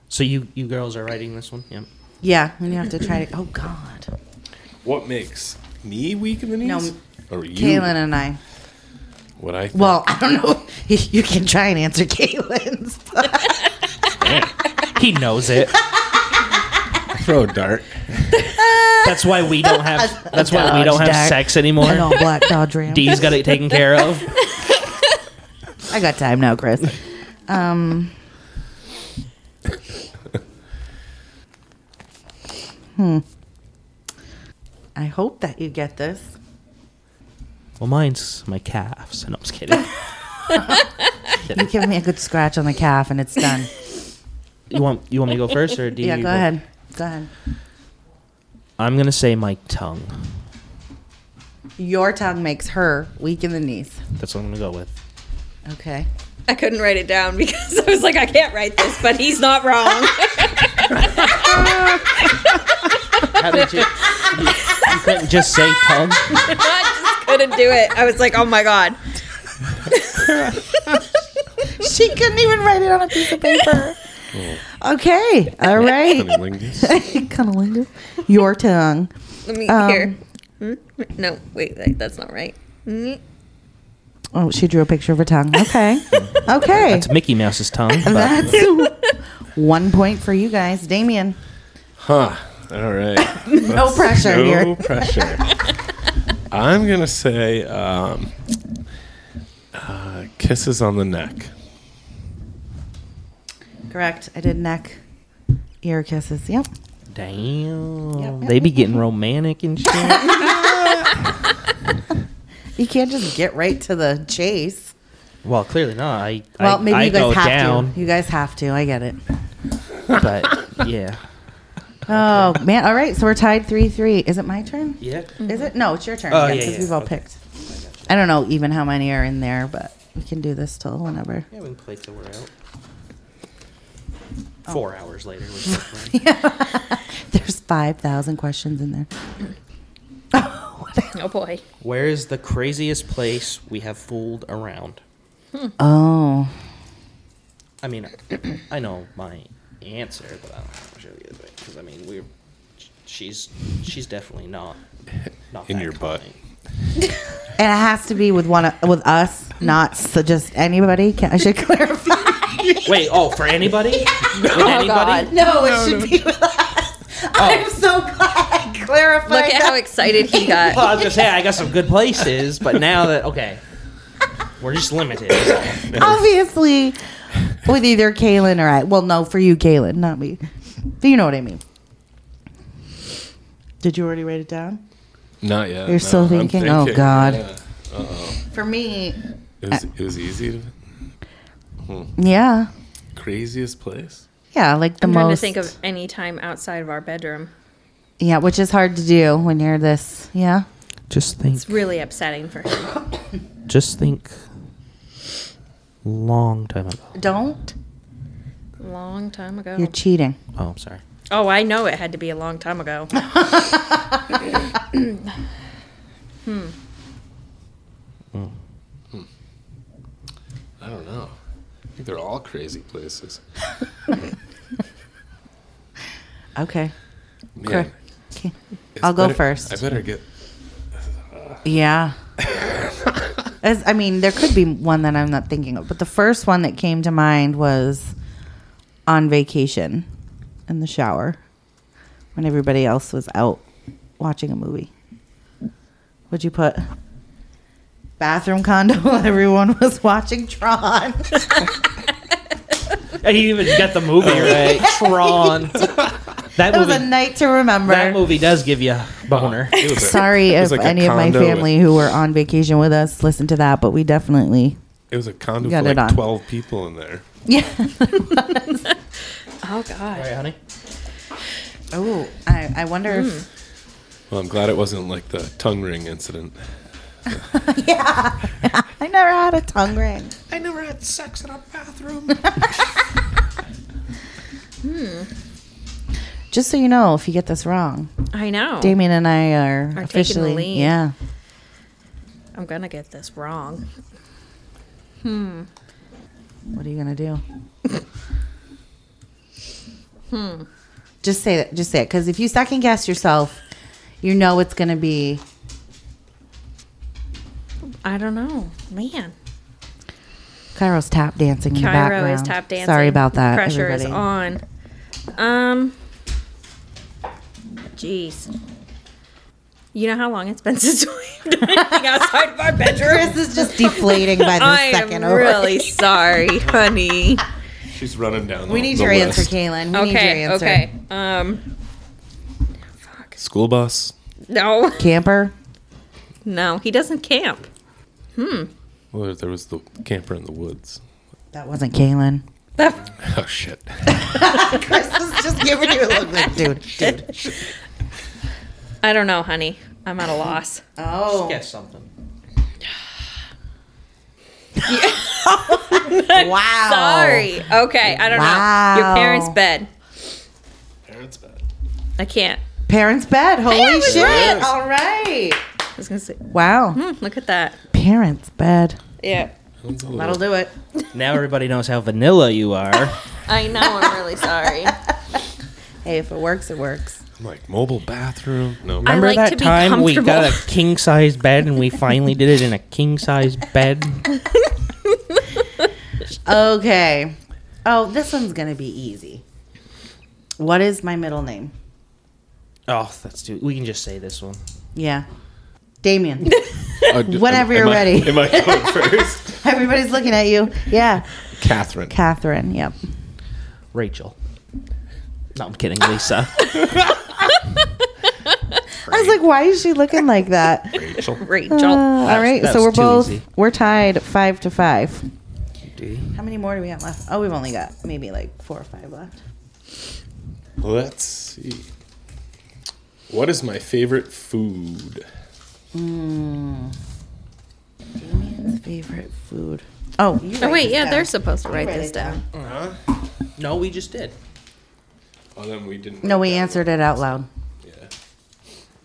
So you you girls are writing this one? Yep.
Yeah, and you have to try to. Oh God.
What makes me weak in the knees?
No,
Or you?
Kaylin and I.
What I think.
Well, I don't know. You, you can try and answer Kaylin's.
He knows it.
throw a dart.
That's why we don't have. That's why we don't
Dodge
have
dart.
sex
An all
anymore.
black Dodge Ram.
Dee's got it taken care of.
I got time now, Chris. Um. Hmm. I hope that you get this.
Well, mine's my calves. No, I'm just kidding.
You give me a good scratch on the calf and it's done.
You want you want me to go first or do
Yeah,
you
go ahead. Go ahead.
I'm gonna say my tongue.
Your tongue makes her weak in the knees.
That's what I'm gonna go with.
Okay.
I couldn't write it down because I was like, I can't write this, but he's not wrong.
How did you? You, you couldn't just say tongue.
I just couldn't do it. I was like, oh my God.
She couldn't even write it on a piece of paper. Okay. All right.
Cunnilingus.
Cunnilingus. Your tongue.
Let me
Um,
here. Hmm? No, wait, wait, that's not right. Mm.
Oh, she drew a picture of her tongue. Okay. Okay.
It's Mickey Mouse's tongue. But
That's one point for you guys. Damien.
Huh. All right.
No pressure
no
here.
pressure. I'm gonna say um, uh, kisses on the neck.
Correct. I did neck, ear kisses. Yep.
damn,
Yep, yep,
they be getting romantic and shit.
You can't just get right to the chase.
Well, clearly not. I
Well,
I,
maybe
I
you guys
go
have
down,
to. You guys have to. I get it.
but yeah,
Oh man! All right, so we're tied three three. Is it my turn?
yeah.
Is it? No, it's your turn.
Oh,
again,
yeah,
'cause
yeah,
We've all
okay.
picked. I don't know even how many are in there, but we can do this till whenever.
Yeah, we can play till we're out.
Oh.
Four hours later, we're still playing.
There's five thousand questions in there.
Oh boy.
Where is the craziest place we have fooled around?
Oh,
I mean, I know my answer, but I don't know sure the other way because I mean we're she's she's definitely not not
In
that
your butt.
kind.
and it has to be with one of- with us, not so just anybody. Can, I should clarify.
Wait, oh, for anybody? With
Oh,
anybody?
God.
No, it should be with us. I'm so glad I clarified.
Look at
that.
how excited he
Well,
got.
I was gonna say I got some good places, but now that okay, we're just limited.
obviously with either Kaylin or I. Well, no, for you, Kaylin, not me. But you know what I mean. Did you already write it down?
Not yet.
You're
Uh,
still thinking? Oh, God.
Yeah.
For me,
It was, it was easy. To,
yeah,
craziest place.
yeah, like the
I'm
most.
trying to think of any time outside of our bedroom.
yeah, which is hard to do when you're this. Yeah,
Just think,
It's really upsetting for him.
just think. Long time ago.
don't.
Long time ago.
You're cheating.
Oh, I'm sorry.
Oh, I know it had to be a long time ago.
I don't know. I think they're all crazy places.
Okay.
Man,
Cor- Okay.
it's
I'll go
better-
first.
I better get.
Yeah. As, I mean, there could be one that I'm not thinking of, but the first one that came to mind was on vacation in the shower when everybody else was out watching a movie. Would you put bathroom condo while everyone was watching Tron?
I didn't even get the movie right. Tron. That
That was
movie,
a night to remember.
that movie does give you a boner.
It was a-
Sorry
it
if
was like a
any of my
condo with-
family who were on vacation with us listened to that, but we definitely
it was a condo
Got
for
it
like
on.
twelve people in there.
yeah.
Oh God.
All right, honey.
Oh, I, I wonder if
Well, I'm glad it wasn't like the tongue ring incident.
I never had a tongue ring.
I never had sex in a bathroom.
Hmm.
Just so you know, if you get this wrong,
I know.
Damien and I are,
the
officially
lead.
yeah.
I'm gonna get this wrong.
What are you gonna do? hmm.
Hmm.
Just say that. Just say it. Because if you second guess yourself, you know it's gonna be.
I don't know, man.
Cairo's tap dancing in the
Cairo
background.
is tap dancing.
Sorry about that.
Pressure is
everybody.
on. Um. Jeez. You know how long it's been since we've done anything outside of our bedroom.
Chris is just deflating by the
I
second.
am
over.
really sorry, honey.
She's running down.
We
the-
need
the
your answer,
list.
Kaylin. We need your
okay.
answer.
Okay. Um. Fuck.
School bus.
No.
Camper.
No. He doesn't camp.
Well, there was the camper in the woods.
That wasn't Kaylin.
Oh shit.
Chris is just giving you a look like, dude, dude.
I don't know, honey. I'm at a loss.
Oh.
Guess something.
Oh.
Wow.
Sorry. Okay. I don't know.
Wow.
Your parents' bed.
Parents bed.
I can't.
Parents' bed. Holy
I was
shit.
right.
All right.
I was gonna say.
Wow.
Hmm, look at that.
Parents' bed.
Yeah.
That'll do it.
Now everybody knows how vanilla you are.
I know. I'm really sorry.
Hey, if it works, it works.
I'm like mobile bathroom. No.
I
Remember
like
that
to be
time we
comfortable.
got a king size bed and we finally did it in a king size bed?
Okay. Oh, this one's going to be easy. What is my middle name?
Oh, that's too. We can just say this one.
Yeah. Damien.
Oh, d-
Whenever
am-
you're
am I-
ready.
am I going first?
Everybody's looking at you. Yeah.
Catherine.
Catherine. Yep.
Rachel. No, I'm kidding, Lisa.
I was like, why is she looking like that? Uh,
Rachel.
Rachel.
all right,
that
so
was
we're
too
both
easy.
we're tied five to five.
D.
How many more do we have left? Oh, we've only got maybe like four or five left.
Let's see. What is my favorite food?
Damien's favorite food. Oh, you
oh
write
wait,
this
yeah,
down.
they're supposed to
You
write
write
this
it
down.
No, we just did.
Oh, then we didn't.
No,
write
we
down.
answered it out loud.
Yeah.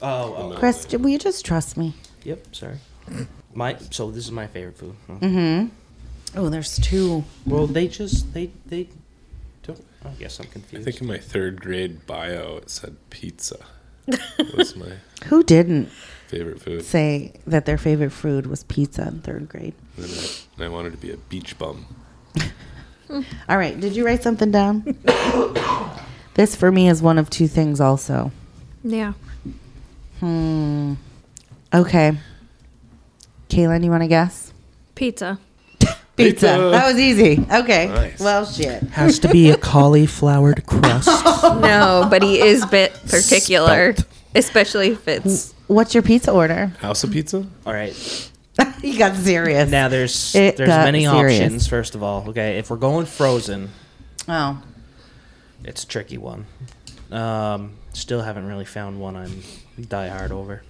Oh, oh.
Chris, will you just trust me?
Yep, sorry. My so this is my favorite food. Oh.
Oh, there's two.
Well, they just they they don't. I guess I'm
I
confused.
think in my third grade bio it said pizza was my
Who didn't
favorite food.
say that their favorite food was pizza in third grade?
And then I, I wanted to be a beach bum.
All right, did you write something down? this for me is one of two things, also.
Yeah.
Hmm. Okay. Kaylin, you want to guess?
Pizza.
Pizza.
Pizza.
That was easy. Okay.
Nice.
Well, shit.
has to be a cauliflowered crust.
no, but he is bit particular, especially if it's
What's your pizza order?
House of pizza?
All right.
you got serious.
Now there's
It
there's
got
many
serious.
options. First of all, okay, if we're going frozen,
Oh.
it's a tricky one. Um, still haven't really found one I'm die hard over.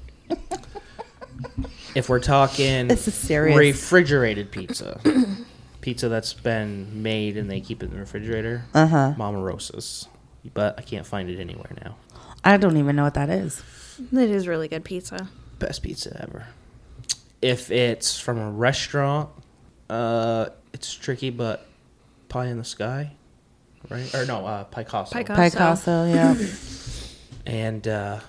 if we're talking
This is serious.
refrigerated pizza, pizza that's been made and they keep it in the refrigerator,
Uh huh.
Mama Rosa's, but I can't find it anywhere now.
I don't even know what that is.
it is really good pizza.
Best pizza ever. If it's from a restaurant, uh, it's tricky, but pie in the sky, right? Or no, uh, pie Costa.
Pie Costa.
Picasso, yeah.
And uh,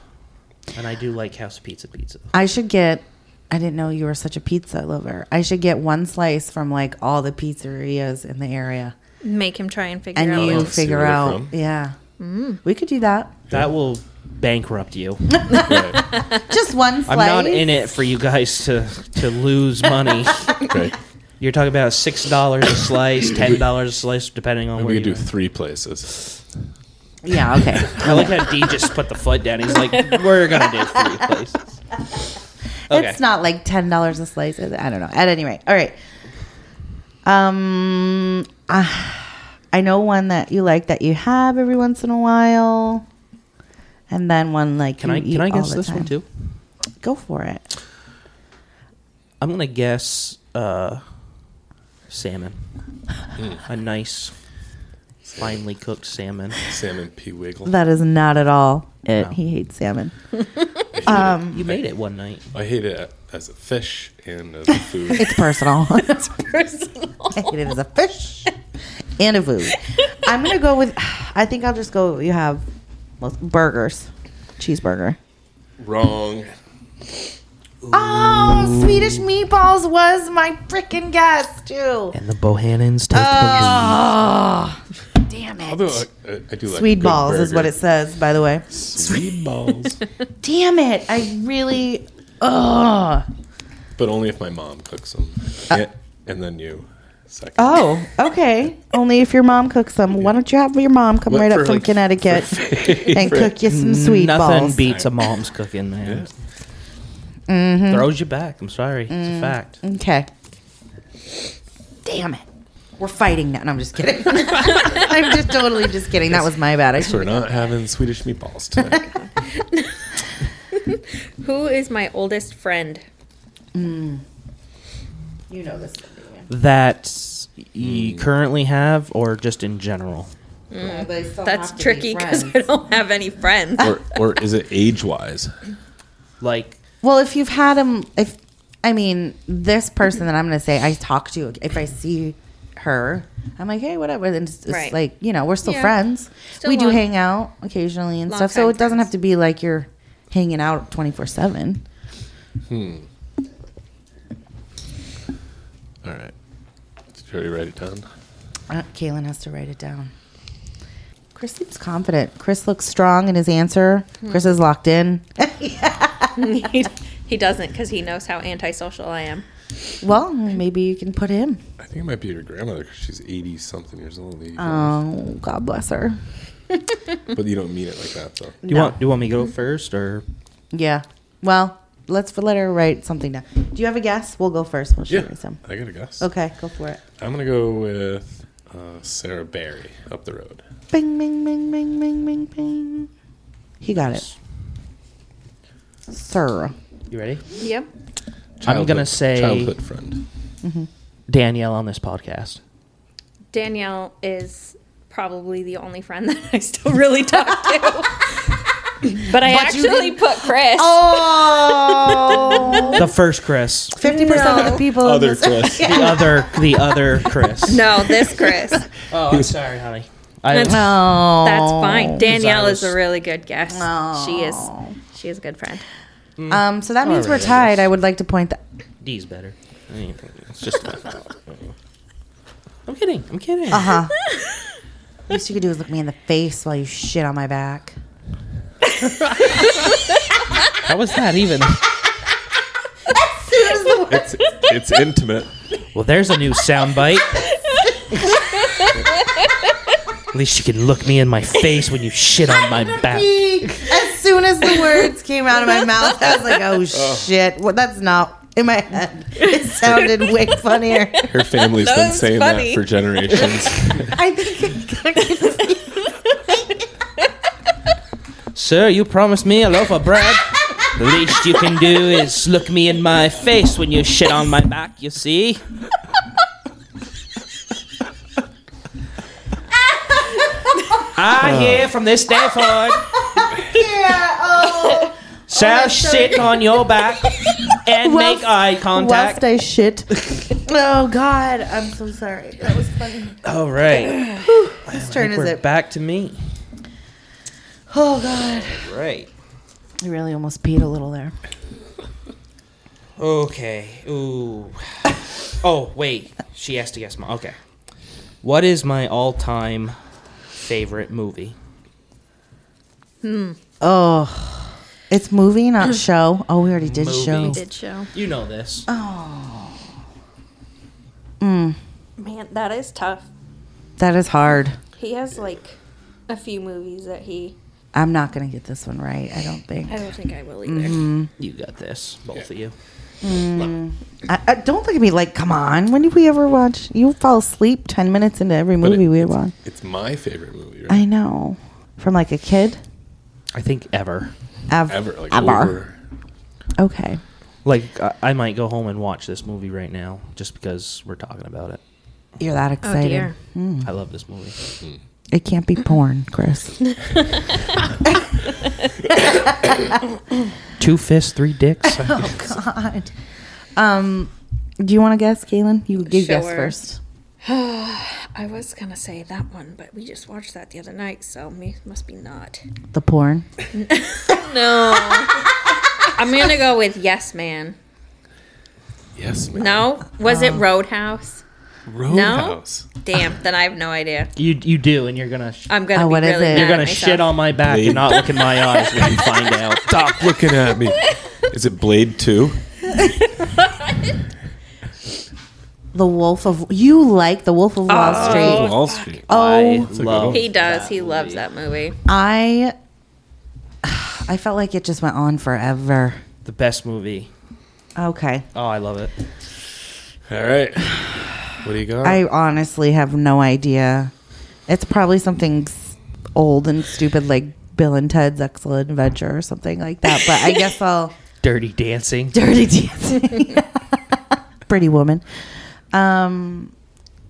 and I do like house pizza pizza.
I should get. I didn't know you were such a pizza lover. I should get one slice from like all the pizzerias in the area,
Make him try and figure
and
out.
Oh,
you
see
figure
where they're
out.
from.
Yeah, we could do that.
That will bankrupt you.
Right.
Just one slice.
I'm not in it for you guys to to lose money.
right.
You're talking about six dollars a slice, ten dollars a slice, depending on
And
where
we
you
could do
are.
three places.
Yeah. Okay.
I like how D just put the foot down. He's like, we're gonna do three places. Okay.
It's not like ten dollars a slice. is it? I don't know. At any rate, all right. Um, ah, I know one that you like that you have every once in a while, and then one like
Can
you
I
eat
can I
all
guess
the
this one
time.
too?
Go for it.
I'm gonna guess uh, salmon.
Hmm.
A nice, finely cooked salmon.
Salmon pea wiggle.
That is not at all it.
No.
He hates salmon. Um,
I hate,
You made it one night.
it. I hate it as a fish and as a food.
It's personal. I
personal.
hate it as a fish and a food. I'm gonna go with. I think I'll just go. with what You have most burgers, cheeseburger.
Wrong.
Oh, Swedish meatballs was my freaking guess too.
And the Bohannans took
Oh, damn it.
Although I, I, I do like
Swede
a good
balls is what
burger.
it says, by the way.
Swede balls.
Damn it. I really. Ugh.
but only if my mom cooks them. yeah, and then you. Second.
Uh, Oh, okay. Only if your mom cooks them. Why don't you have your mom come
What
right up
for,
from
like,
Connecticut and cook you some sweet
Nothing
balls?
beats a mom's cooking, man.
Mm-hmm.
Throws you back. I'm sorry. It's a fact.
okay. Damn it. We're fighting now. No, I'm just kidding. I'm just totally just kidding. That was my bad. I
We're
should.
not having Swedish meatballs tonight.
Who is my oldest friend?
You know this.
That you currently have, or just in general?
That's tricky because I don't have any friends.
or, or is it age wise?
Like,
Well, if you've had him, if I mean this person that I'm going to say I talk to, if I see her, I'm like, hey, whatever. And it's, it's
Right.
like you know, we're still
Yeah.
friends.
Still
we do
long-
hang out occasionally and stuff, so
Long-time
it doesn't
friends.
have to be like you're hanging out 24 seven.
All right. Should we write it down?
Uh, Kaylin has to write it down. Chris seems confident. Chris looks strong in his answer.
Hmm.
Chris is locked in.
he, he doesn't because he knows how antisocial I am.
Well, maybe you can put him.
I think it might be your grandmother because she's 80 something years old. 85.
Oh, God bless her.
but you don't mean it like that, though.
do you want do you want me to go first, or
Yeah. Well, let's let her write something down. Do you have a guess? We'll go first. We'll
Yeah,
shoot some.
I got a guess.
Okay, go for it.
I'm gonna go with uh, Sarah Barry up the road.
Bing, bing, bing, bing, bing, bing, bing. He got it. Sir.
You ready?
Yep.
I'm gonna say-
childhood friend.
Danielle on this podcast.
Danielle is probably the only friend that I still really talk to. but I
But you
actually put Chris.
Oh.
The first Chris.
50% of the
No.
people in this
Chris.
The other the other Chris.
No, this Chris.
Oh, I'm sorry, honey. I,
That's-
Oh.
That's fine. Danielle is
was-
a really good guess. She is.
Oh.
She is a good friend.
Um, so that means
Alright,
we're
I
tied.
guess.
I would like to point that.
D's better. I mean, It's just. I'm kidding. I'm kidding.
Uh huh. Least you could do is look me in the face while you shit on my back.
How was that even?
It's it's intimate.
Well, there's a new soundbite. At least you can look me in my face when you shit on my back.
As soon as the words came out of my mouth, I was like, "Oh shit!" Well, that's not in my head. It sounded way funnier.
Her family's
That
been
was
saying
funny.
that for generations.
I think I got confused.
Sir, you promised me a loaf of bread. The least you can do is look me in my face when you shit on my back, you see? I hear from this day forward
Yeah, oh.
shall sit on your back and
Whilst-
make eye
Whilst
contact.
I shit. Oh God, I'm so sorry. That was funny.
All right.
Whose turn is
We're
it?
back to me.
Oh God,
Right.
I really almost peed a little there.
Okay. Ooh. oh, wait. She has to guess my. Okay. What is my all time favorite movie?
Oh, it's movie, not show. Oh, we already did
Movie.
show.
Did show.
You know this.
Man, that is tough.
That is hard.
He has like a few movies that he.
I'm not gonna get this one right. I don't think.
I don't think I will either.
Mm-hmm.
You got this, both of you.
I, I, don't look at me like, come on. When did we ever watch? You fall asleep ten minutes into every
But it-
movie we
it's-
watch.
It's my favorite movie, right?
I know. From like a kid.
I think ever.
Ev-
ever, like
ever.
over.
Okay.
Like I, I might go home and watch this movie right now, just because we're talking about it.
You're that excited.
Oh,
Hmm.
dear.
I love this movie.
It can't be porn, Chris.
Two fists, three dicks.
Oh.
Oh,
God. Um, do you want to guess, Kaylin? You you guess
Sure.
first.
I was gonna say that one, but we just watched that the other night, so me must be not.
The porn.
No. I'm gonna go with Yes Man.
Yes, man.
No, was
Oh.
it Roadhouse?
Roadhouse.
Damn, then I have no idea.
you you do, and you're gonna sh-
I'm gonna
Oh,
be
what is
really
it?
mad
you're gonna
at
shit
myself.
on my back and not look in my eyes when you find out.
Stop looking at me. Is it Blade Two?
The Wolf of you like The Wolf of Wall
Oh.
Street.
Wall Street.
Oh.
I love
He does. He loves that movie.
I I felt like it just went on forever.
the best movie.
Okay.
Oh, I love it.
All right. What do you got?
I honestly have no idea. It's probably something s- old and stupid like Bill and Ted's Excellent Adventure or something like that. But I guess I'll
Dirty Dancing.
Dirty Dancing. Pretty Woman. Um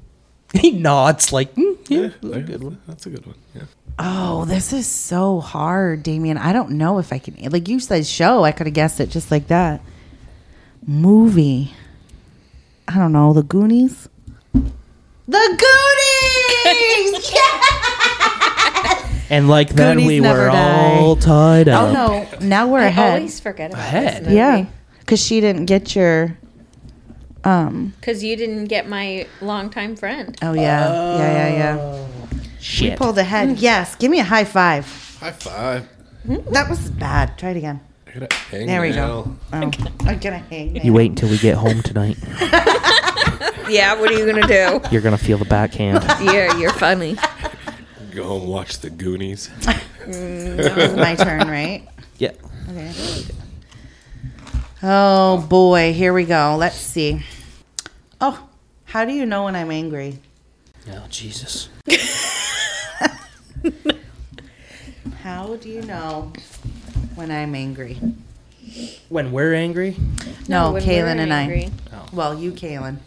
He nods like, "Mm, yeah,
There.
good one.
That's a good one. Yeah.
Oh, this is so hard, Damien. I don't know if I can. Like you said, show. I could have guessed it just like that. Movie. I don't know. The Goonies. The Goonies. yes!
And like that,
Goonies
we
never
were
die.
all tied up.
Oh no! Now we're
I
ahead.
always forget about
Ahead.
this movie.
Yeah, because she didn't get your. Um.
Because you didn't get my longtime friend.
Oh yeah. Yeah yeah
Oh.
yeah.
Shit.
Pulled ahead. Yes. Give me a high five.
High five.
That was bad. Try it again.
I gotta hang
There we
now.
go. Oh, I'm gonna hang.
You wait until we get home tonight.
Yeah, what are you going to do?
You're gonna feel the backhand.
you're, you're funny.
Go home, watch the Goonies.
It was my turn, right?
yeah.
Okay. Oh boy, here we go. Let's see. Oh, how do you know when I'm angry?
Oh Jesus!
How do you know when I'm angry?
When we're angry,
No,
when we're
Kaylin and
angry.
I. Well, you, Kaylin.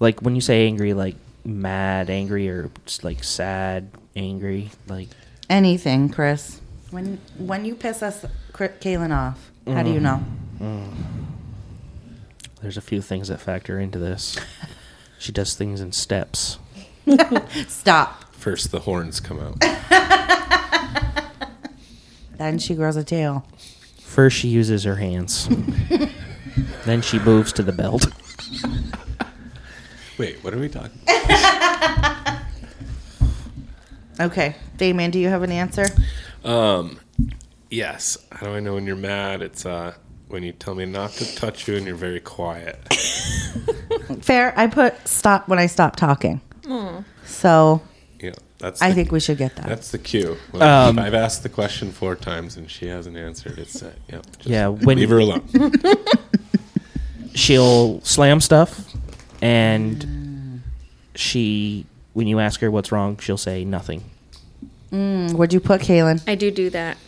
like when you say angry, like mad angry or s- like sad angry, like
Anything, Chris. When when you piss us, Cri- Kaylin off, how do you know?
mm. there's a few things that factor into this. She does things in steps.
Stop.
First, the horns come out.
Then she grows a tail.
First, she uses her hands. then she moves to the belt.
Wait, what are we talking?
Okay, Damien, do you have an answer?
Um, Yes. How do I know when you're mad? It's uh, when you tell me not to touch you and you're very quiet.
Fair. I put stop when I stop talking. So
Yeah, that's.
I
the-
think we should get that.
that's the cue. When
Um,
I've asked the question four times and she hasn't answered. It's uh, yeah. just
Yeah, when-
leave her alone.
she'll slam stuff and she when you ask her what's wrong she'll say nothing
Mm, What'd you put, Kaylin?
I do do that.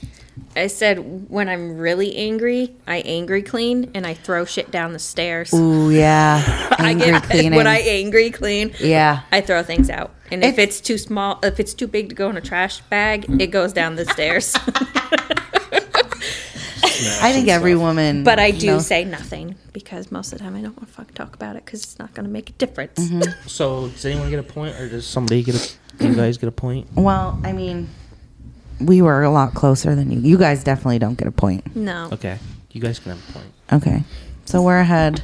I said when I'm really angry, I angry clean and I throw shit down the stairs.
Ooh, yeah.
I
Angry cleaning.
when I angry clean.
yeah.
I throw things out. And if
It's-
it's too small, if it's too big to go in a trash bag, it goes down the stairs.
I think every woman.
But I do
knows-
say nothing because most of the time I don't want to fuck talk about it because it's not going to make a difference.
so does anyone get a point or does somebody get a do you guys get a point
Well, I mean, we were a lot closer than you. You guys definitely don't get a point.
No.
okay you guys can have a point
Okay. So we're ahead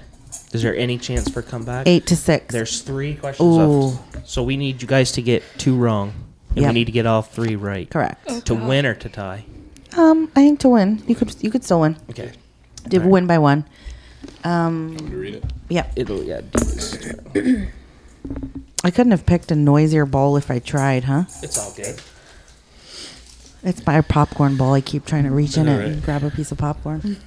is there any chance for comeback
eight to six.
there's three questions
Ooh.
left so we need you guys to get two wrong and
Yep.
we need to get all three right
Correct.
Oh.
to win or to tie
Um, I think to win, you could you could still win.
okay
Did
Alright.
win by one. Um,
You read it.
yeah.
it'll yeah
I couldn't have picked a noisier bowl if I tried, huh?
it's all good
It's my popcorn bowl. I keep trying to reach in it and
Alright.
grab a piece of popcorn.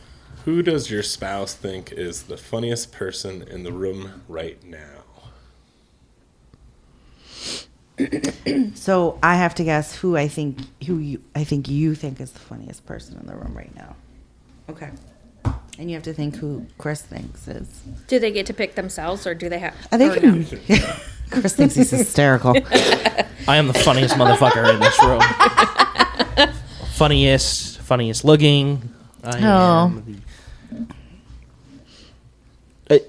Who does your spouse think is the funniest person in the room right now?
So I have to guess who I think who you I think you think is the funniest person in the room right now. Okay. And you have to think who Chris thinks is. Oh,
Do they get to pick themselves or do they have?
I
or
think
no?
Chris thinks he's hysterical.
I am the funniest motherfucker in this room. funniest, funniest looking. I am the. I,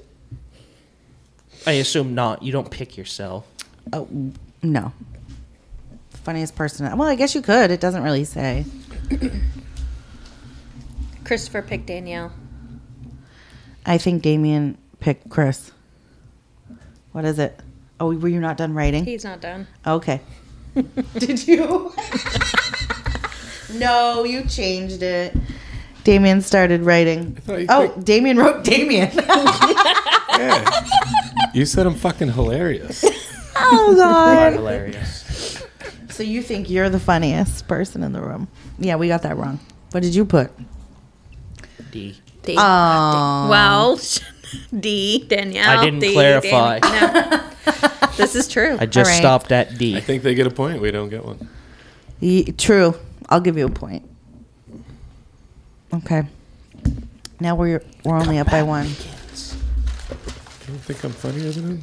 I assume not. You don't pick yourself.
Oh, no. Funniest person. Well, I guess you could. It doesn't really say.
Christopher picked Danielle.
I think Damien picked Chris. What is it? Oh, were you not done writing?
He's not done.
Okay. Did you? no, you changed it. Damien started writing.
thought you
Oh,
picked-
Damien wrote Damien.
Yeah. you said I'm fucking hilarious.
oh God.
Hilarious.
So you think you're the funniest person in the room? Yeah, we got that wrong. What did you put?
D.
D.
Oh.
Well, D. Danielle.
I didn't
D,
clarify.
Dan- no. this is true.
I just
All right.
stopped at D.
I think they get a point. We don't get one.
Ye- true. I'll give you a point. Okay. Now we're we're only up by one.
You don't think I'm funnier than him?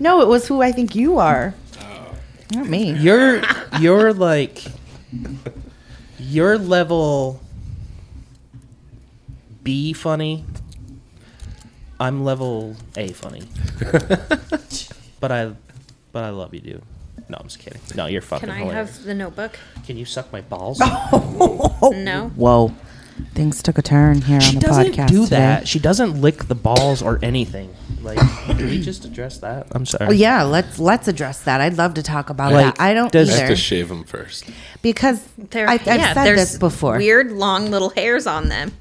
No, it was who I think you are.
Oh.
Not me.
You're you're like your level B funny. I'm level A funny. but I but I love you, dude. No, I'm just kidding. No, you're fucking
Can I
hilarious.
have the notebook?
Can you suck my balls?
No.
Whoa. Things took a turn here on
she
the
doesn't
podcast.
do
today.
that. She doesn't lick the balls or anything. Like, can we just address that? I'm sorry.
Well, Oh, yeah, let's let's address that. I'd love to talk about
Like,
that. I don't
does-
I have
either
to shave him first.
because
There,
I, I've
yeah,
said
there's
this before,
Weird long little hairs on them.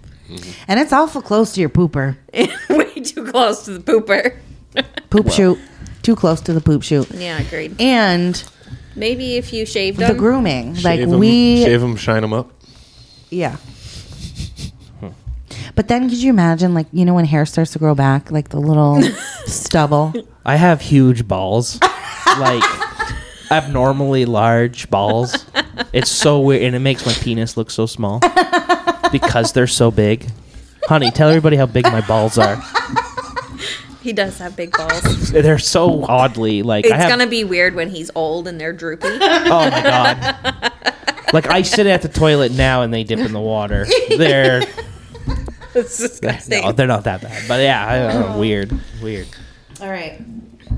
and it's awful close to your pooper
Way too close to the pooper.
poop shoot, too close to the poop shoot,
Yeah, agreed.
and
Maybe if you shaved
the
them.
grooming. like
shave him,
we,
shave him, shine him up.
yeah. But then could you imagine, like, you know, when hair starts to grow back, like the little stubble?
I have huge balls, like abnormally large balls. It's so weird, and it makes my penis look so small because they're so big. Honey, tell everybody how big my balls are.
He does have big balls.
They're so oddly like.
It's
I have,
gonna be weird when he's old and they're droopy.
Oh my god! Like I sit at the toilet now and they dip in the water. They're
That's disgusting. Oh.
no, they're not that bad, but yeah, I don't know, weird, weird.
All right.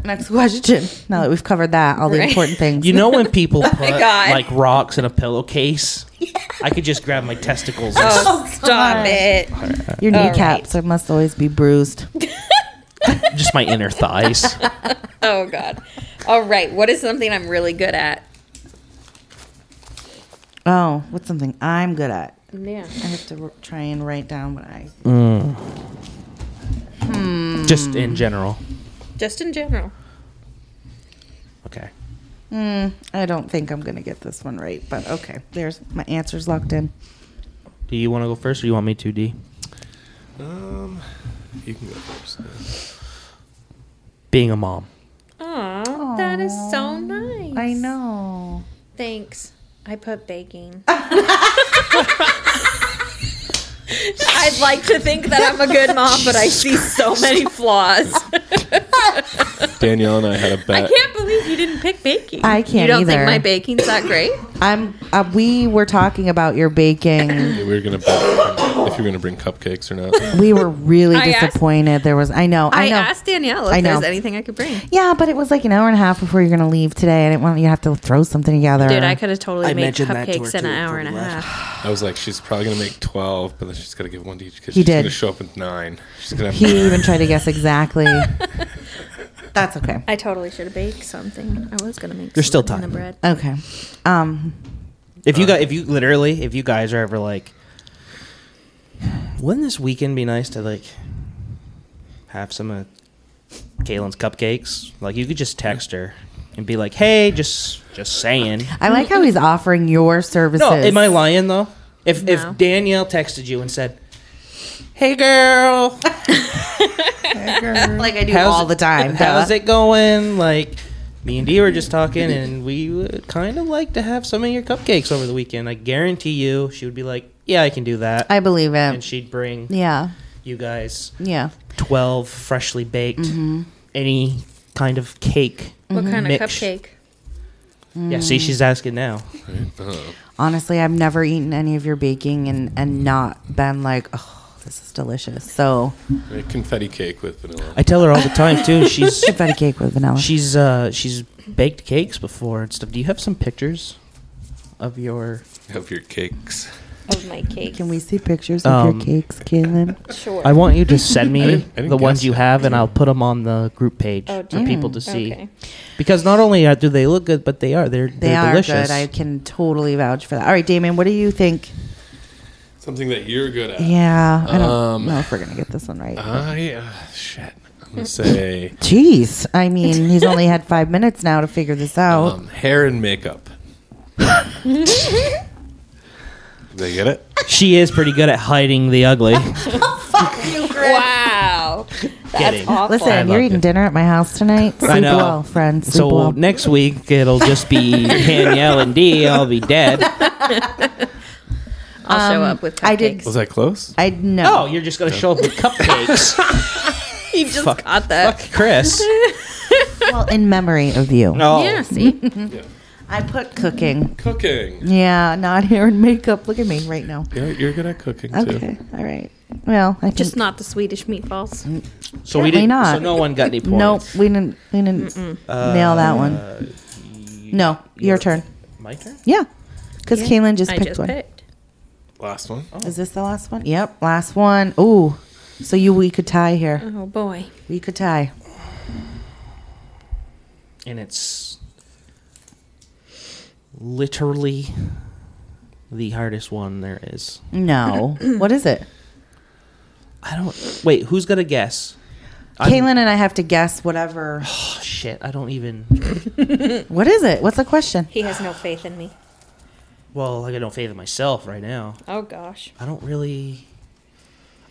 Next question. Now that we've covered that, all the
Right.
important things.
You know when people put
Oh God.
like rocks in a pillowcase? I could just grab my testicles. And
Oh, stop
God.
it.
Your
All
kneecaps are must always be bruised.
just my inner thighs.
Oh god. All right. What is something I'm really good at?
Oh, what's something I'm good at?
Yeah.
I have to r- try and write down what I.
Just in general.
Just in general.
Okay.
Mm, I don't think I'm going to get this one right, but okay. There's my answers locked in.
Do you want to go first, or you want me to? D.
Um, you can go first.
Being a mom.
Aw, that is so nice.
I know.
Thanks. I put baking. I'd like to think that I'm a good mom, but I see so many flaws.
Danielle and I had a
I
bet.
can't believe you didn't pick baking.
I can't
You don't
either.
think my baking's that great?
I'm. Uh, we were talking about your baking.
We were gonna bet if you were gonna bring cupcakes or not.
we were really
I asked-
disappointed. there was. I know. I,
I,
know.
asked Danielle if
I
there
know.
was anything I could bring.
yeah, but it was like an hour and a half before you're going to leave today. I didn't want you to have to throw something together.
Dude, I could have totally
I
made
mentioned that to her
cupcakes in
too
an hour
before
and a
we left.
half.
I was like, she's probably gonna make twelve, but then she's gotta give one to each because
He
she's
did.
gonna show up with nine. Uh-huh. She's gonna have
He even tried to guess exactly. That's okay.
I totally should have baked something. I was gonna make.
There's still
something in The
time.
bread.
Okay. Um.
If you guys, if you literally, if you guys are ever like, wouldn't this weekend be nice to like have some of Kaylin's cupcakes? Like you could just text her and be like, "Hey, just just saying."
I like how he's offering your services.
No, am I lying though? If
No.
if Danielle texted you and said, "Hey, girl,
like I do
how's
all
it-
the time.
How's
duh.
it going? Like, me and Dee were just talking, and we would kind of like to have some of your cupcakes over the weekend. I guarantee you, she would be like, "Yeah, I can do that,"
I believe
and
it.
she'd bring
Yeah.
you guys
Yeah.
twelve freshly baked,
Mm-hmm.
any kind of cake.
What kind
Mix.
of cupcake?
Mm.
Yeah, see, she's asking now.
Oh.
Honestly, I've never eaten any of your baking and and not been like, oh, this is delicious. So
a confetti cake with vanilla.
I tell her all the time too. She's
confetti cake with vanilla.
she's uh she's baked cakes before and stuff. Do you have some pictures of your?
Have your cakes.
Of my cake.
Can we see pictures of
Um,
your cakes, Kaylin?
Sure.
I want you to send me
I didn't- I didn't
the ones
guess
you
that.
have, and I'll put them on the group page
Oh,
for
do
people to see.
Okay.
Because not only are, do they look good, but they are they're
They
they're
are
delicious.
good. I can totally vouch for that. All right, Damon, what do you think?
Something that you're good at.
Yeah, I don't
Um,
know if we're gonna get this one right.
I uh, shit. I'm gonna say
Jeez, I mean, he's only had five minutes now to figure this out.
um, hair and makeup. they get it.
she is pretty good at hiding the ugly.
Wow.
Kidding.
That's awful.
I
Listen,
love
you're
it.
eating dinner at my house tonight. Sleep
know.
well, friends. Sleep
so
well.
next week it'll just be Danielle and D. I'll be dead.
I'll show up with cupcakes.
I did-
Was that close?
I know.
Oh, you're just gonna show up with cupcakes.
He just
Fuck.
caught that.
Fuck Chris.
Well, in memory of you,
No.
Yeah, see?
I put cooking.
Cooking.
Yeah, not hair and makeup. Look at me right now.
Yeah, you're good at cooking
Okay,
too.
all right. Well, I
Just
think-
not the Swedish
Hmm.
meatballs.
So we
Why
didn't.
not?
So no one got any points.
Nope, we didn't. We didn't nail that one.
Uh,
no, your turn.
My turn.
Yeah, because Kaylin just
I
picked
just
one.
picked.
Last one.
Is this the last one? Yep, last one. Ooh, so you we could tie here.
Oh, boy.
We could tie.
and it's literally the hardest one there is.
No, what is it?
I don't wait. Who's gonna guess? I'm-
Kaylin and I have to guess whatever.
Oh, shit, I don't even.
What is it? What's the question?
He has no faith in me.
Well, like I don't favor myself right now.
Oh, gosh.
I don't really.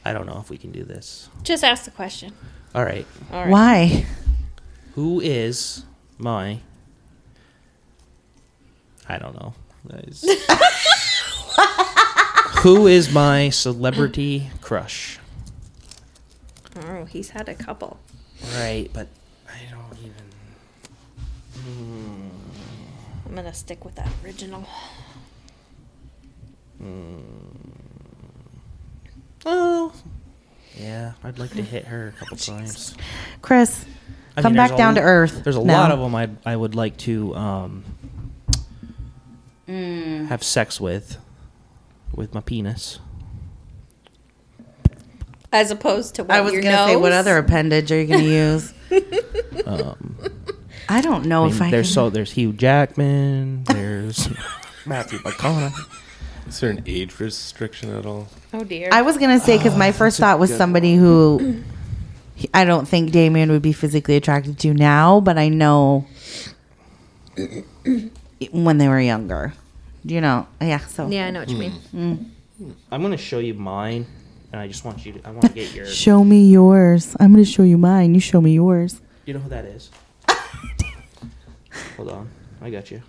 I don't know if we can do this.
Just ask the question.
All right.
All right.
Why?
Who is my? I don't know. That is- Who is my celebrity crush?
Oh, he's had a couple.
Right, but I don't even.
I'm gonna stick with that original.
Oh. Yeah, I'd like to hit her a couple times.
Chris,
I
come
mean,
back
there's a
down to
l-
earth.
There's a
now.
lot of them I I would like to um,
Mm,
have sex with, with my penis.
As opposed to what
I was
your
going to say, what
nose-
other appendage are you going to use? I don't know Oh,
Um, I mean,
if I
there's
can-
so there's Hugh Jackman. There's Matthew McConaughey.
Is there an age restriction at all?
Oh dear.
I was gonna say because
Ah,
my first thought was somebody who he- I don't think Damien would be physically attracted to now, but I know when they were younger. You know, yeah. So
Yeah, I know what you mean.
I'm gonna show you mine, and I just want you. to I want to get your.
show me yours. I'm gonna show you mine. You show me yours.
You know who that is? Hold on, I got you.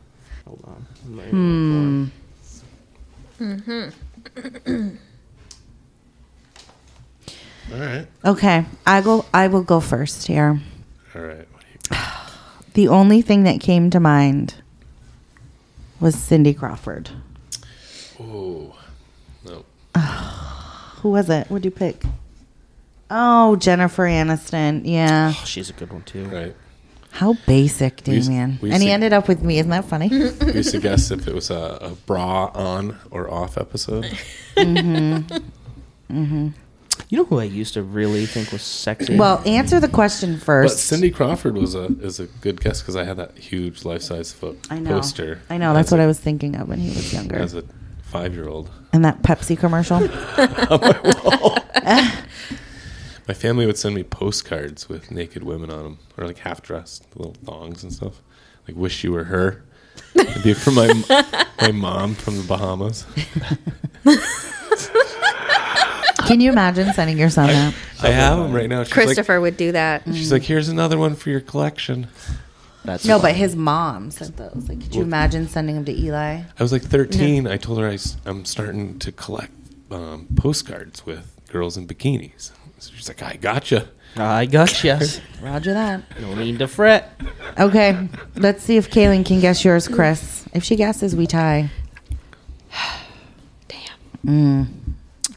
Hold on. I'm
Hmm.
right here for it.
All right.
Okay, I go. I will go first here.
All right. What do you-
The only thing that came to mind was Cindy Crawford.
Oh, no.
Who was it? What'd you pick? Oh, Jennifer Aniston. Yeah.
Oh, she's a good one too.
Right.
How basic,
We used-
Damien.
we used
and he
to-
ended up with me. Isn't that funny?
We used to guess if it was a, a bra on or off episode.
Mm-hmm.
You know who I used to really think was sexy?
well, answer the question
But
first.
Cindy Crawford was a is a good guess because I had that huge life size foot
I know.
poster.
I know. That's
as
what
a-
I was thinking of when he was younger.
As a five year old,
and that Pepsi commercial.
my family would send me postcards with naked women on them, or like half dressed little thongs and stuff. Like wish you were her. It'd be from my my mom from the Bahamas.
Can you imagine sending your son that?
I have them right now. She's
Christopher would do that.
Like, she's like, here's another one for your collection.
That's
No, but his mom sent those. Like, could you imagine sending them to Eli?
I was like 13. I told her I, am starting to collect um, postcards with girls in bikinis. So she's like, I gotcha.
I got yes.
Roger that.
No need to fret.
Okay, let's see if Kaylin can guess yours, Chris. If she guesses, we tie. Damn. Mm.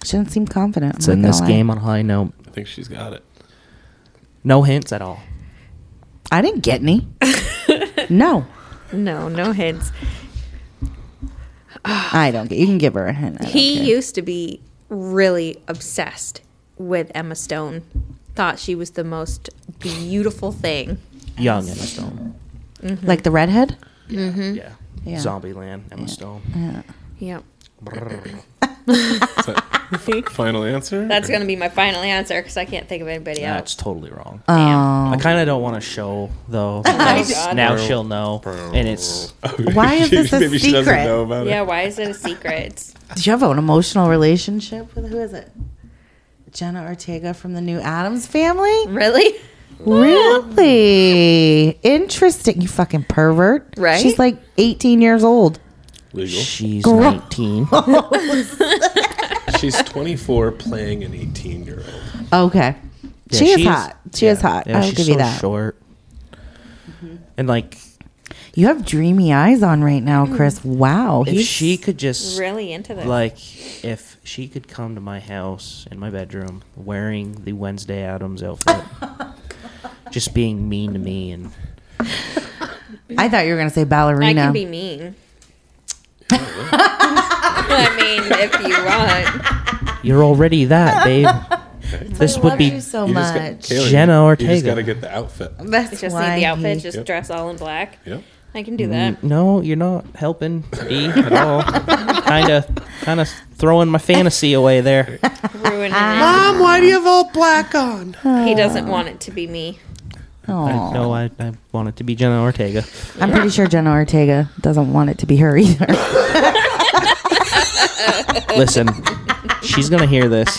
She doesn't seem confident. I'm
It's
not
in
gonna
this
lie.
game on a high note.
I think she's got it.
No hints at all.
I didn't get any. no,
No, no hints.
I don't get. You can give her a hint. I don't
He
care.
used to be really obsessed with Emma Stone. Thought she was the most beautiful thing.
Young Emma Stone.
like the redhead.
Yeah.
Mm-hmm. Yeah.
Zombie Land, Emma Stone.
Mm-hmm. Yep.
Brrr.
Final answer?
That's gonna be my final answer because I can't think of anybody
That's
else.
totally wrong.
Oh,
I kind of don't want to show though.
Oh,
because
God.
now she'll know, and it's
Why is this a
Maybe she doesn't
secret?
know about
Yeah,
it.
why is it a secret? It's-
Did you have an emotional relationship with who is it? Jenna Ortega from the New Adams Family.
really?
Really interesting. You fucking pervert.
Right?
She's like 18 years old.
Legal.
she's
Girl.
nineteen.
She's 24 playing an 18 year old.
Okay. she
Yeah,
is hot. She is
yeah,
hot.
yeah,
I'll
she's
give you
so
that. Mm-hmm.
Short. And like,
You have dreamy eyes on right now, Chris. Wow.
if
he's-
she could just
Really into this?
like, if she could come to my house in my bedroom wearing the Wednesday Adams outfit, just being mean to me and
I thought you were going to say
I
ballerina.
can be mean. I mean, if you want.
You're already that, babe. this would
Love
be
you so
You just got-
much.
Kayla,
Jenna
you- You
Ortega.
just got to get the outfit.
That's
Just
why
need the
he-
outfit,
Mm.
just
Yep.
dress all in black.
Yep.
I can do that.
Mm.
no, you're not helping D at all. kind of, kind of throwing my fantasy away there.
Ruining it.
Ah.
why do you have all black on?
He doesn't want it to be me.
I,
Aw.
no, I, I want it to be Jenna Ortega.
I'm pretty sure Jenna Ortega doesn't want it to be her either.
Listen, she's gonna hear this.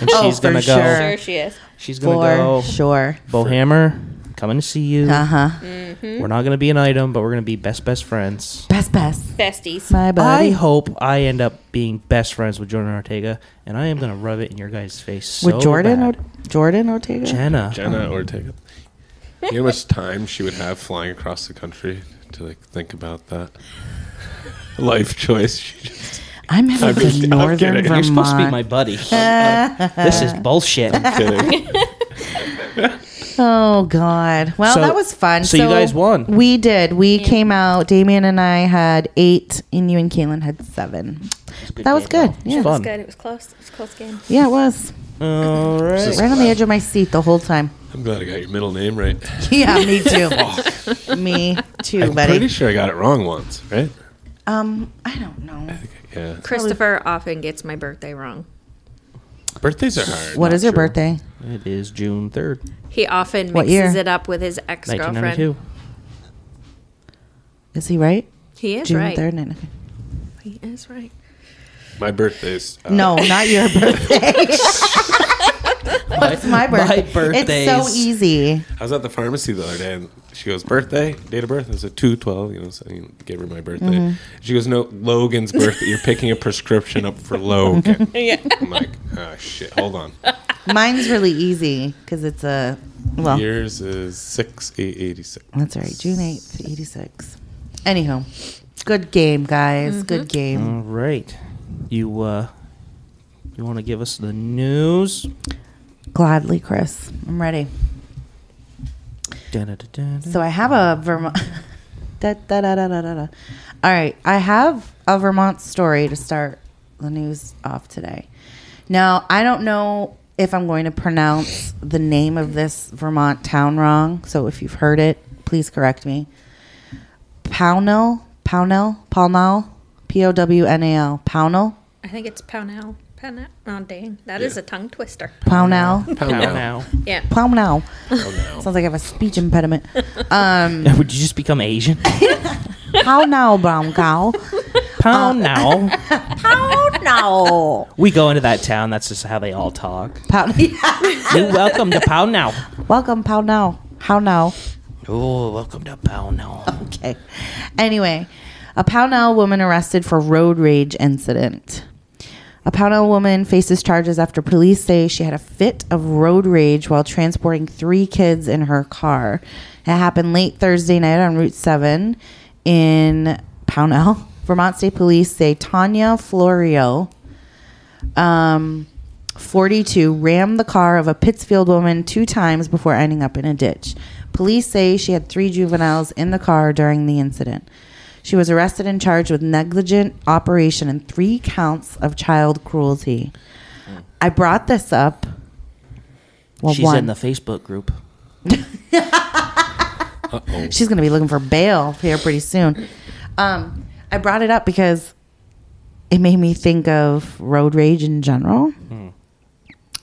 And she's
Oh, for
gonna go.
sure.
Sure, she is.
She's gonna
For
go.
sure.
Bohammer, coming to see you.
Uh huh.
We're not gonna be an item, but we're gonna be best best friends.
Best, best.
Besties.
My
I
buddy.
hope I end up being best friends with Jordan Ortega, and I am gonna rub it in your guys' face. So
With Jordan,
bad.
or- Jordan Ortega.
Jenna.
Jenna Ortega. You know how much time she would have flying across the country to like think about that life choice? She just-
I'm headed
I'm just-
to
I'm
northern
kidding.
Vermont.
You're supposed to be my buddy. this is bullshit.
kidding.
Oh God! Well,
So-
that was fun.
so you guys won.
We did. We came out. Damien and I had eight, and you and Caitlin had seven. that was good.
game, though. It was
Yeah,
fun.
It's good. It was close. It was a close game.
yeah, it was.
All right.
Right on the edge of my seat the whole time.
I'm glad I got your middle name right.
Yeah, me too. me too,
I'm
buddy.
pretty sure I got it wrong once, right?
um, I don't know.
Yeah.
Christopher often gets my birthday wrong.
Birthdays are hard.
What is your
sure.
birthday?
It is June third,
He often
What
mixes
year?
it up with his ex
nineteen ninety
girlfriend.
two.
Is he right?
He is
June
right.
third. Okay.
He is right.
My birthday's uh,
No, not your birthday. What's my birthday? It's
birthday's-
so easy.
I was at the pharmacy the other day, and she goes, "Birthday, date of birth." I said, two twelve. You know, so I gave her my birthday.
Mm-hmm.
She goes, "No, Logan's birthday. You're picking a prescription up for Logan."
Yeah.
I'm like, "Ah, shit. Hold on.
Mine's really easy because it's a well.
Yours is six eight eighty six.
That's right. June 8th, 86. Anywho, good game, guys. Good game.
All right. You uh, you want to give us the news?
Gladly, Chris. I'm ready.
Dun-dun-dun-dun.
So I have a Vermont. da, da, da, da, da, da, da. All right. I have a Vermont story to start the news off today. Now, I don't know if I'm going to pronounce the name of this Vermont town wrong. So if you've heard it, please correct me. Pownell? Pownell? Pownell? P O W N A L. Pownell?
I think it's Pownell. Pownell. Oh, dang. that is a tongue twister.
Pownell?
Pound
Now,
now.
now.
Yeah.
Plum now.
Pound now.
Sounds like I have a speech impediment. Um,
Would you just become Asian?
Uh, how now, brown cow?
Pound now.
How now?
We go into that town. That's just how they all talk.
Pound.
Hey, welcome to Pound now.
Welcome, pound now. How now?
Oh, welcome to Pound now.
Okay. Anyway, a Pownell woman arrested for road rage incident. A Pownell woman faces charges after police say she had a fit of road rage while transporting three kids in her car. It happened late Thursday night on Route 7 in Pownell. Vermont State Police say Tanya Florio, um, 42 rammed the car of a Pittsfield woman two times before ending up in a ditch. Police say she had three juveniles in the car during the incident. She was arrested and charged with negligent operation and three counts of child cruelty. I brought this up. Well,
She's
one.
in the Facebook group.
She's going to be looking for bail here pretty soon. Um, I brought it up because it made me think of road rage in general.
Hmm.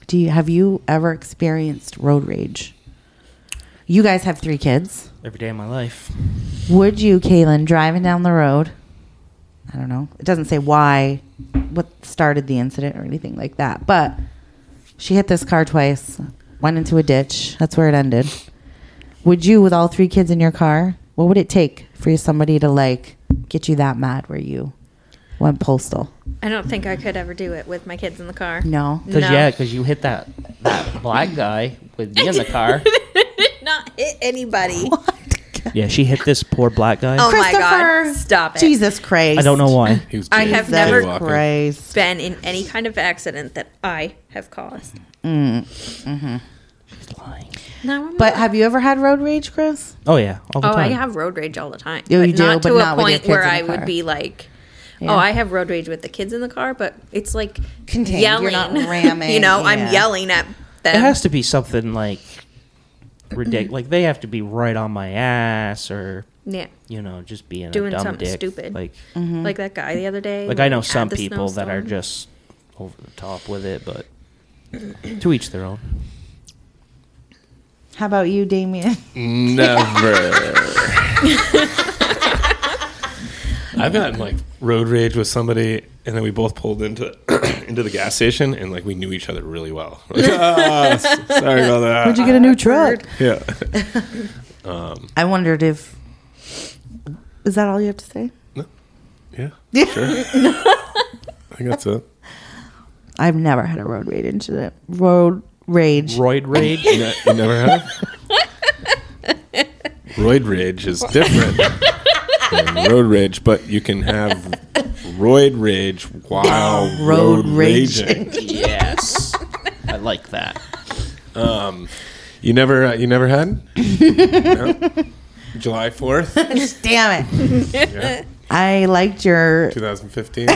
Do you have you ever experienced road rage? You guys have three kids.
Every day of my life.
Would you, Kaylin, driving down the road? I don't know. It doesn't say why, what started the incident or anything like that. But she hit this car twice, went into a ditch. That's where it ended. Would you, with all three kids in your car, what would it take for you- somebody to like get you that mad where you went postal?
I don't think I could ever do it with my kids in the car.
No.
Because
No.
yeah, because you hit that that black guy with me in the car.
Not hit anybody.
yeah, she hit this poor black guy.
Oh my
Christopher!
god. Stop it.
Jesus Christ.
I don't know why.
He was
I
gay.
have
He was
never-
Jesus
jaywalking.
Christ.
Been in any kind of accident that I have caused.
She's lying.
No, I'm
But
not.
have you ever had road rage, Chris?
Oh yeah, all the
Oh, I
time.
have road rage all the time.
Yeah, you do,
not
but
to
not with
a
your
point
kids
where
in the
I
car.
would be like,
Yeah.
"Oh, I have road rage with the kids in the car," but it's like
Contained. You're
yelling.
not ramming,
you know,
yeah.
I'm yelling at them.
It has to be something like ridiculous. like they have to be right on my ass, or
yeah,
you know, just being
Doing
a dumb
something
dick.
stupid.
Like,
Mm-hmm.
like that guy the other day.
like I know
at
some
the
people that are
snowstorm.
just over the top with it, but to each their own.
How about you, Damien?
Never. I've gotten like road rage with somebody, and then we both pulled into into the gas station, and like we knew each other really well. We're like, "Ah, s- sorry about that.
Did you get a new truck?
yeah.
I wondered if. Is that all you have to say?
Yeah. Yeah. Sure. I think that's it.
I've never had a road rage incident. Road rage.
Roid rage.
You, ne- you never have? Roid rage is different than road rage, but you can have roid rage while
Road
road, raging.
yes, I like that.
Um, You never, uh, you never had? No? July fourth,
Damn it!
yeah,
I liked your
2015.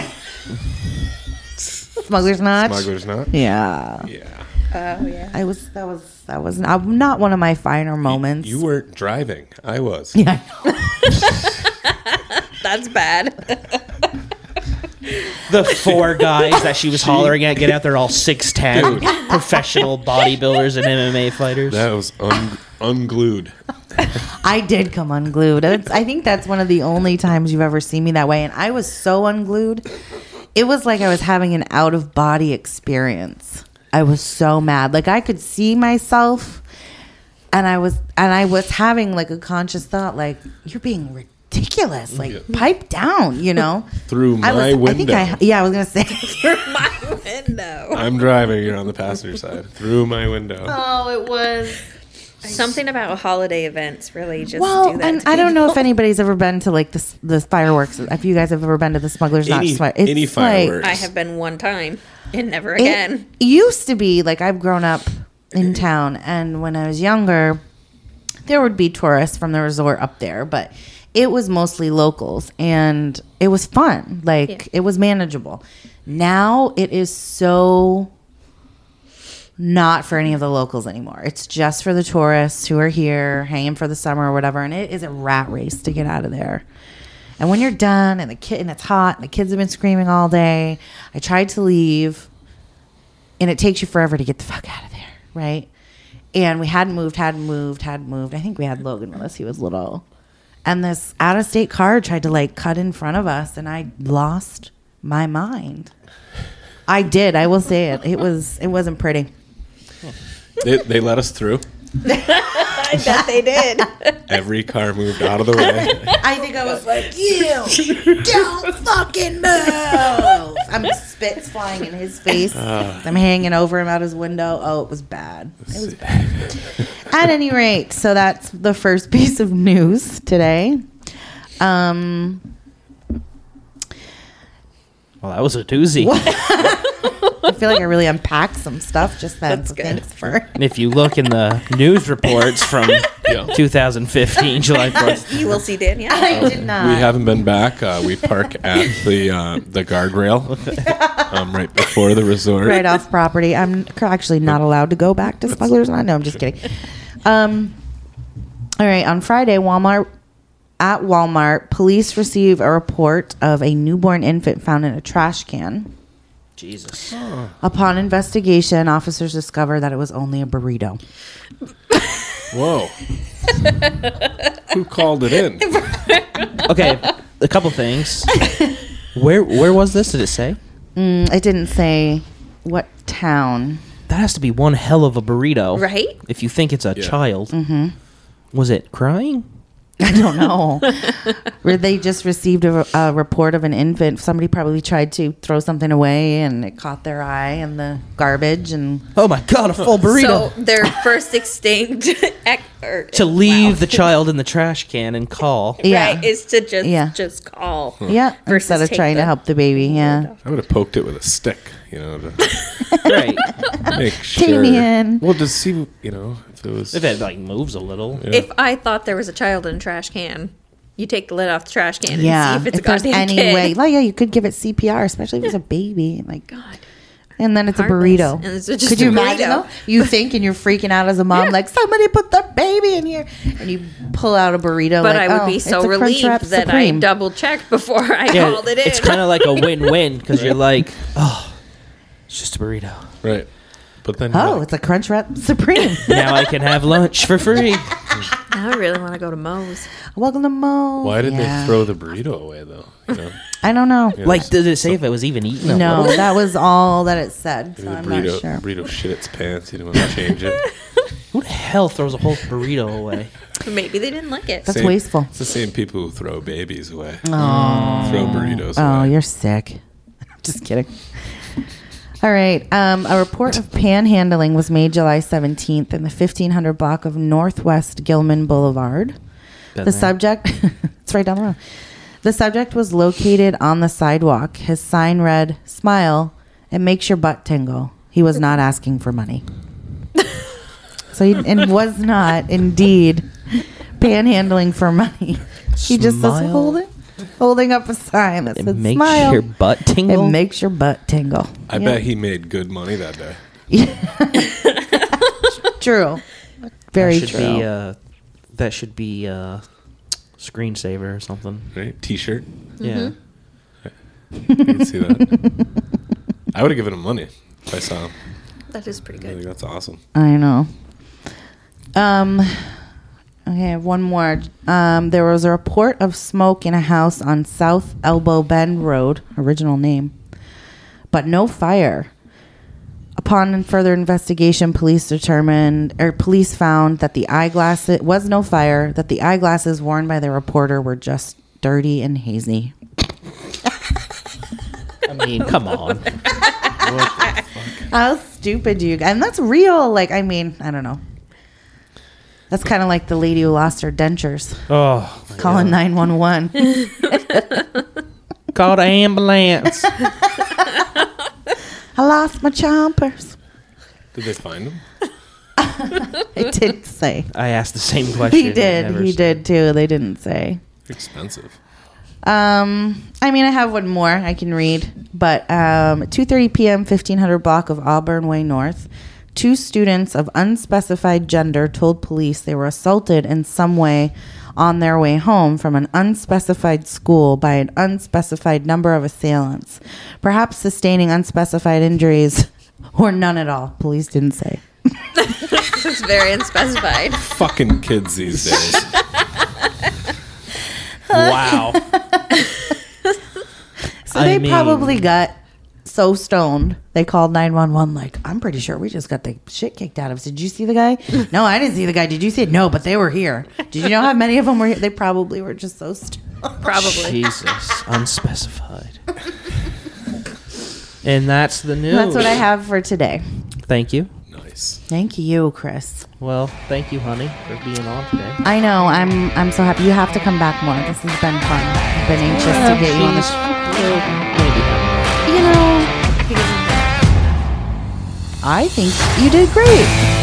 smuggler's notch.
Smuggler's not.
Yeah,
Yeah.
I was. That was. That was not, not one of my finer moments.
You weren't driving. I was.
yeah.
That's bad.
The four guys that she was hollering at get out there all six ten, professional bodybuilders and MMA fighters.
That was un- unglued.
I did come unglued. It's, I think that's one of the only times you've ever seen me that way. And I was so unglued. It was like I was having an out of body experience. I was so mad. Like I could see myself and I was and I was having like a conscious thought like you're being ridiculous. Like pipe down, you know?
Through
I was
my window.
I think I yeah, I was going to say
My window.
I'm driving. You're on the passenger side. Through my window.
Oh, it was
Something about holiday events really just do
well,
that.
and
to
I don't know if
people.
anybody's ever been to like the s- the fireworks. If you guys have ever been to the Smuggler's
Any-
Notch, fire-
any fireworks.
I have been one time and never
it
again.
used to be like I've grown up in town, and when I was younger, there would be tourists from the resort up there, but it was mostly locals, and it was fun. Like it was manageable. Now it is so not for any of the locals anymore. It's just for the tourists who are here hanging for the summer or whatever, and it is a rat race to get out of there. And when you're done, and the kid and it's hot, and the kids have been screaming all day, I tried to leave and it takes you forever to get the fuck out of there, right? And we hadn't moved, hadn't moved, hadn't moved. I think we had Logan with us. He was little. And this out of state car tried to like cut in front of us, and I lost my mind. I did. I will say it. It was. It wasn't pretty.
They, they let us through.
I bet they did.
Every car moved out of the way.
I think I was like, you don't fucking move. I'm spits flying in his face. I'm hanging over him out his window. Oh, it was bad. It was bad. At any rate, so that's the first piece of news today. Um,
Well, that was a doozy.
I feel like I really unpacked some stuff just then.
That's
so
good.
Thanks for.
And if you look in the news reports from 2015, July 4th,
you will see Danielle.
I did not.
We haven't been back. Uh, we park at the uh, the guardrail um, right before the resort.
right off property. I'm c- actually not allowed to go back to Smugglers. I know. I'm just kidding. Um, all right. On Friday, Walmart at Walmart, police receive a report of a newborn infant found in a trash can.
Jesus.
Upon investigation, officers discover that it was only a burrito.
Whoa. Who called it in?
Okay, a couple things. Where where was this? Did it say?
Mm, it didn't say what town.
That has to be one hell of a burrito,
Right? Mm-hmm.
If you think it's a
Yeah.
child, was it crying?
I don't know. Where they just received a, a report of an infant. Somebody probably tried to throw something away and it caught their eye in the garbage and
Oh my god, a full burrito!
So their first extinct ec- or,
to leave the
wow.
child in the trash can and call.
Yeah.
right is to just
Yeah.
just call.
Hmm.
Yeah,
Versus
instead of
take
trying to
the-
help the baby. Yeah,
I would have poked it with a stick, you know, to
right.
make sure.
Damien.
Well, to see, you know, if it was.
If it like moves a little.
If I thought there was a child in a trash can, you take the lid off the trash can
yeah.
and see if it's a goddamn kid.
way, like yeah, you could give it CPR, especially if it's a baby. Like
God.
and then it's
Heartless.
a burrito.
And it's just
could
a
you imagine?
burrito.
Though? You think and you're freaking out as a mom, like somebody put the baby in here, and you pull out a burrito.
But
like,
I would
oh,
be
it's
so
a Crunchwrap
relieved that I
Supreme.
double checked before I called it in.
it's kind of like a win-win because you're like, oh, it's just a burrito.
Right. But then.
Oh,
like,
it's a Crunchwrap Supreme.
Now I can have lunch for free.
I really want to go to Moe's.
Welcome to Mo.
Why didn't
Yeah.
they throw the burrito away though? You know,
I don't know.
Like, did it say if it was even eaten? at
No,
all?
that was all that it said. So
maybe
I'm
the
not
burrito
sure.
burrito shit its pants. You didn't want to change it.
Who the hell throws a whole burrito away?
Maybe they didn't like it.
That's
Same-
wasteful.
It's the same people who throw babies away. Throw burritos
Oh,
away.
you're sick. Just kidding. All right. Um, a report of panhandling was made July 17th in the 1500 block of Northwest Gilman Boulevard.
Been
the
there.
subject, it's right down the road. The subject was located on the sidewalk. His sign read, Smile, it makes your butt tingle. He was not asking for money. so he and was not indeed panhandling for money. He just says,
Smile.
Hold it holding up a sign that
It
says
makes
smile.
your butt tingle.
It makes your butt tingle.
I bet he made good money that day.
True. Very
that should
true.
Be, uh, that should be uh, screensaver or something.
Right? T-shirt.
Mm-hmm.
Yeah.
You can see that. I would have given him money if I saw him.
That is pretty
I
good.
think that's awesome.
I know. Um okay, I have one more. Um there was a report of smoke in a house on South Elbow Bend Road, original name. But no fire. Upon further investigation, police determined or police found that the eyeglasses was no fire, that the eyeglasses worn by the reporter were just dirty and hazy.
I mean, come on.
How stupid do you And that's real. Like, I mean, I don't know. That's kind of like the lady who lost her dentures
Oh,
calling 911.
call the ambulance.
I lost my chompers.
Did they find him?
They did say.
I asked the same question.
He did.
Never
He
said-
did too. They didn't say.
They're expensive.
Um, I mean, I have one more I can read, but um, 2:30 p.m. 1500 block of Auburn Way North, two students of unspecified gender told police they were assaulted in some way on their way home from an unspecified school by an unspecified number of assailants, perhaps sustaining unspecified injuries or none at all. Police didn't say.
It's very unspecified.
Fucking kids these days.
Wow.
So
I
they
mean-
probably got so stoned they called 911 like i'm pretty sure we just got the shit kicked out of us did you see the guy no i didn't see the guy did you see it no but they were here did you know how many of them were here they probably were just so stoned
Probably.
Jesus, unspecified. and that's the news.
that's what i have for today
Thank you.
nice.
thank you chris
Well, thank you, honey, for being on today.
i know i'm i'm so happy you have to come back more this has been fun i've been anxious to get you on the show you know i think you did great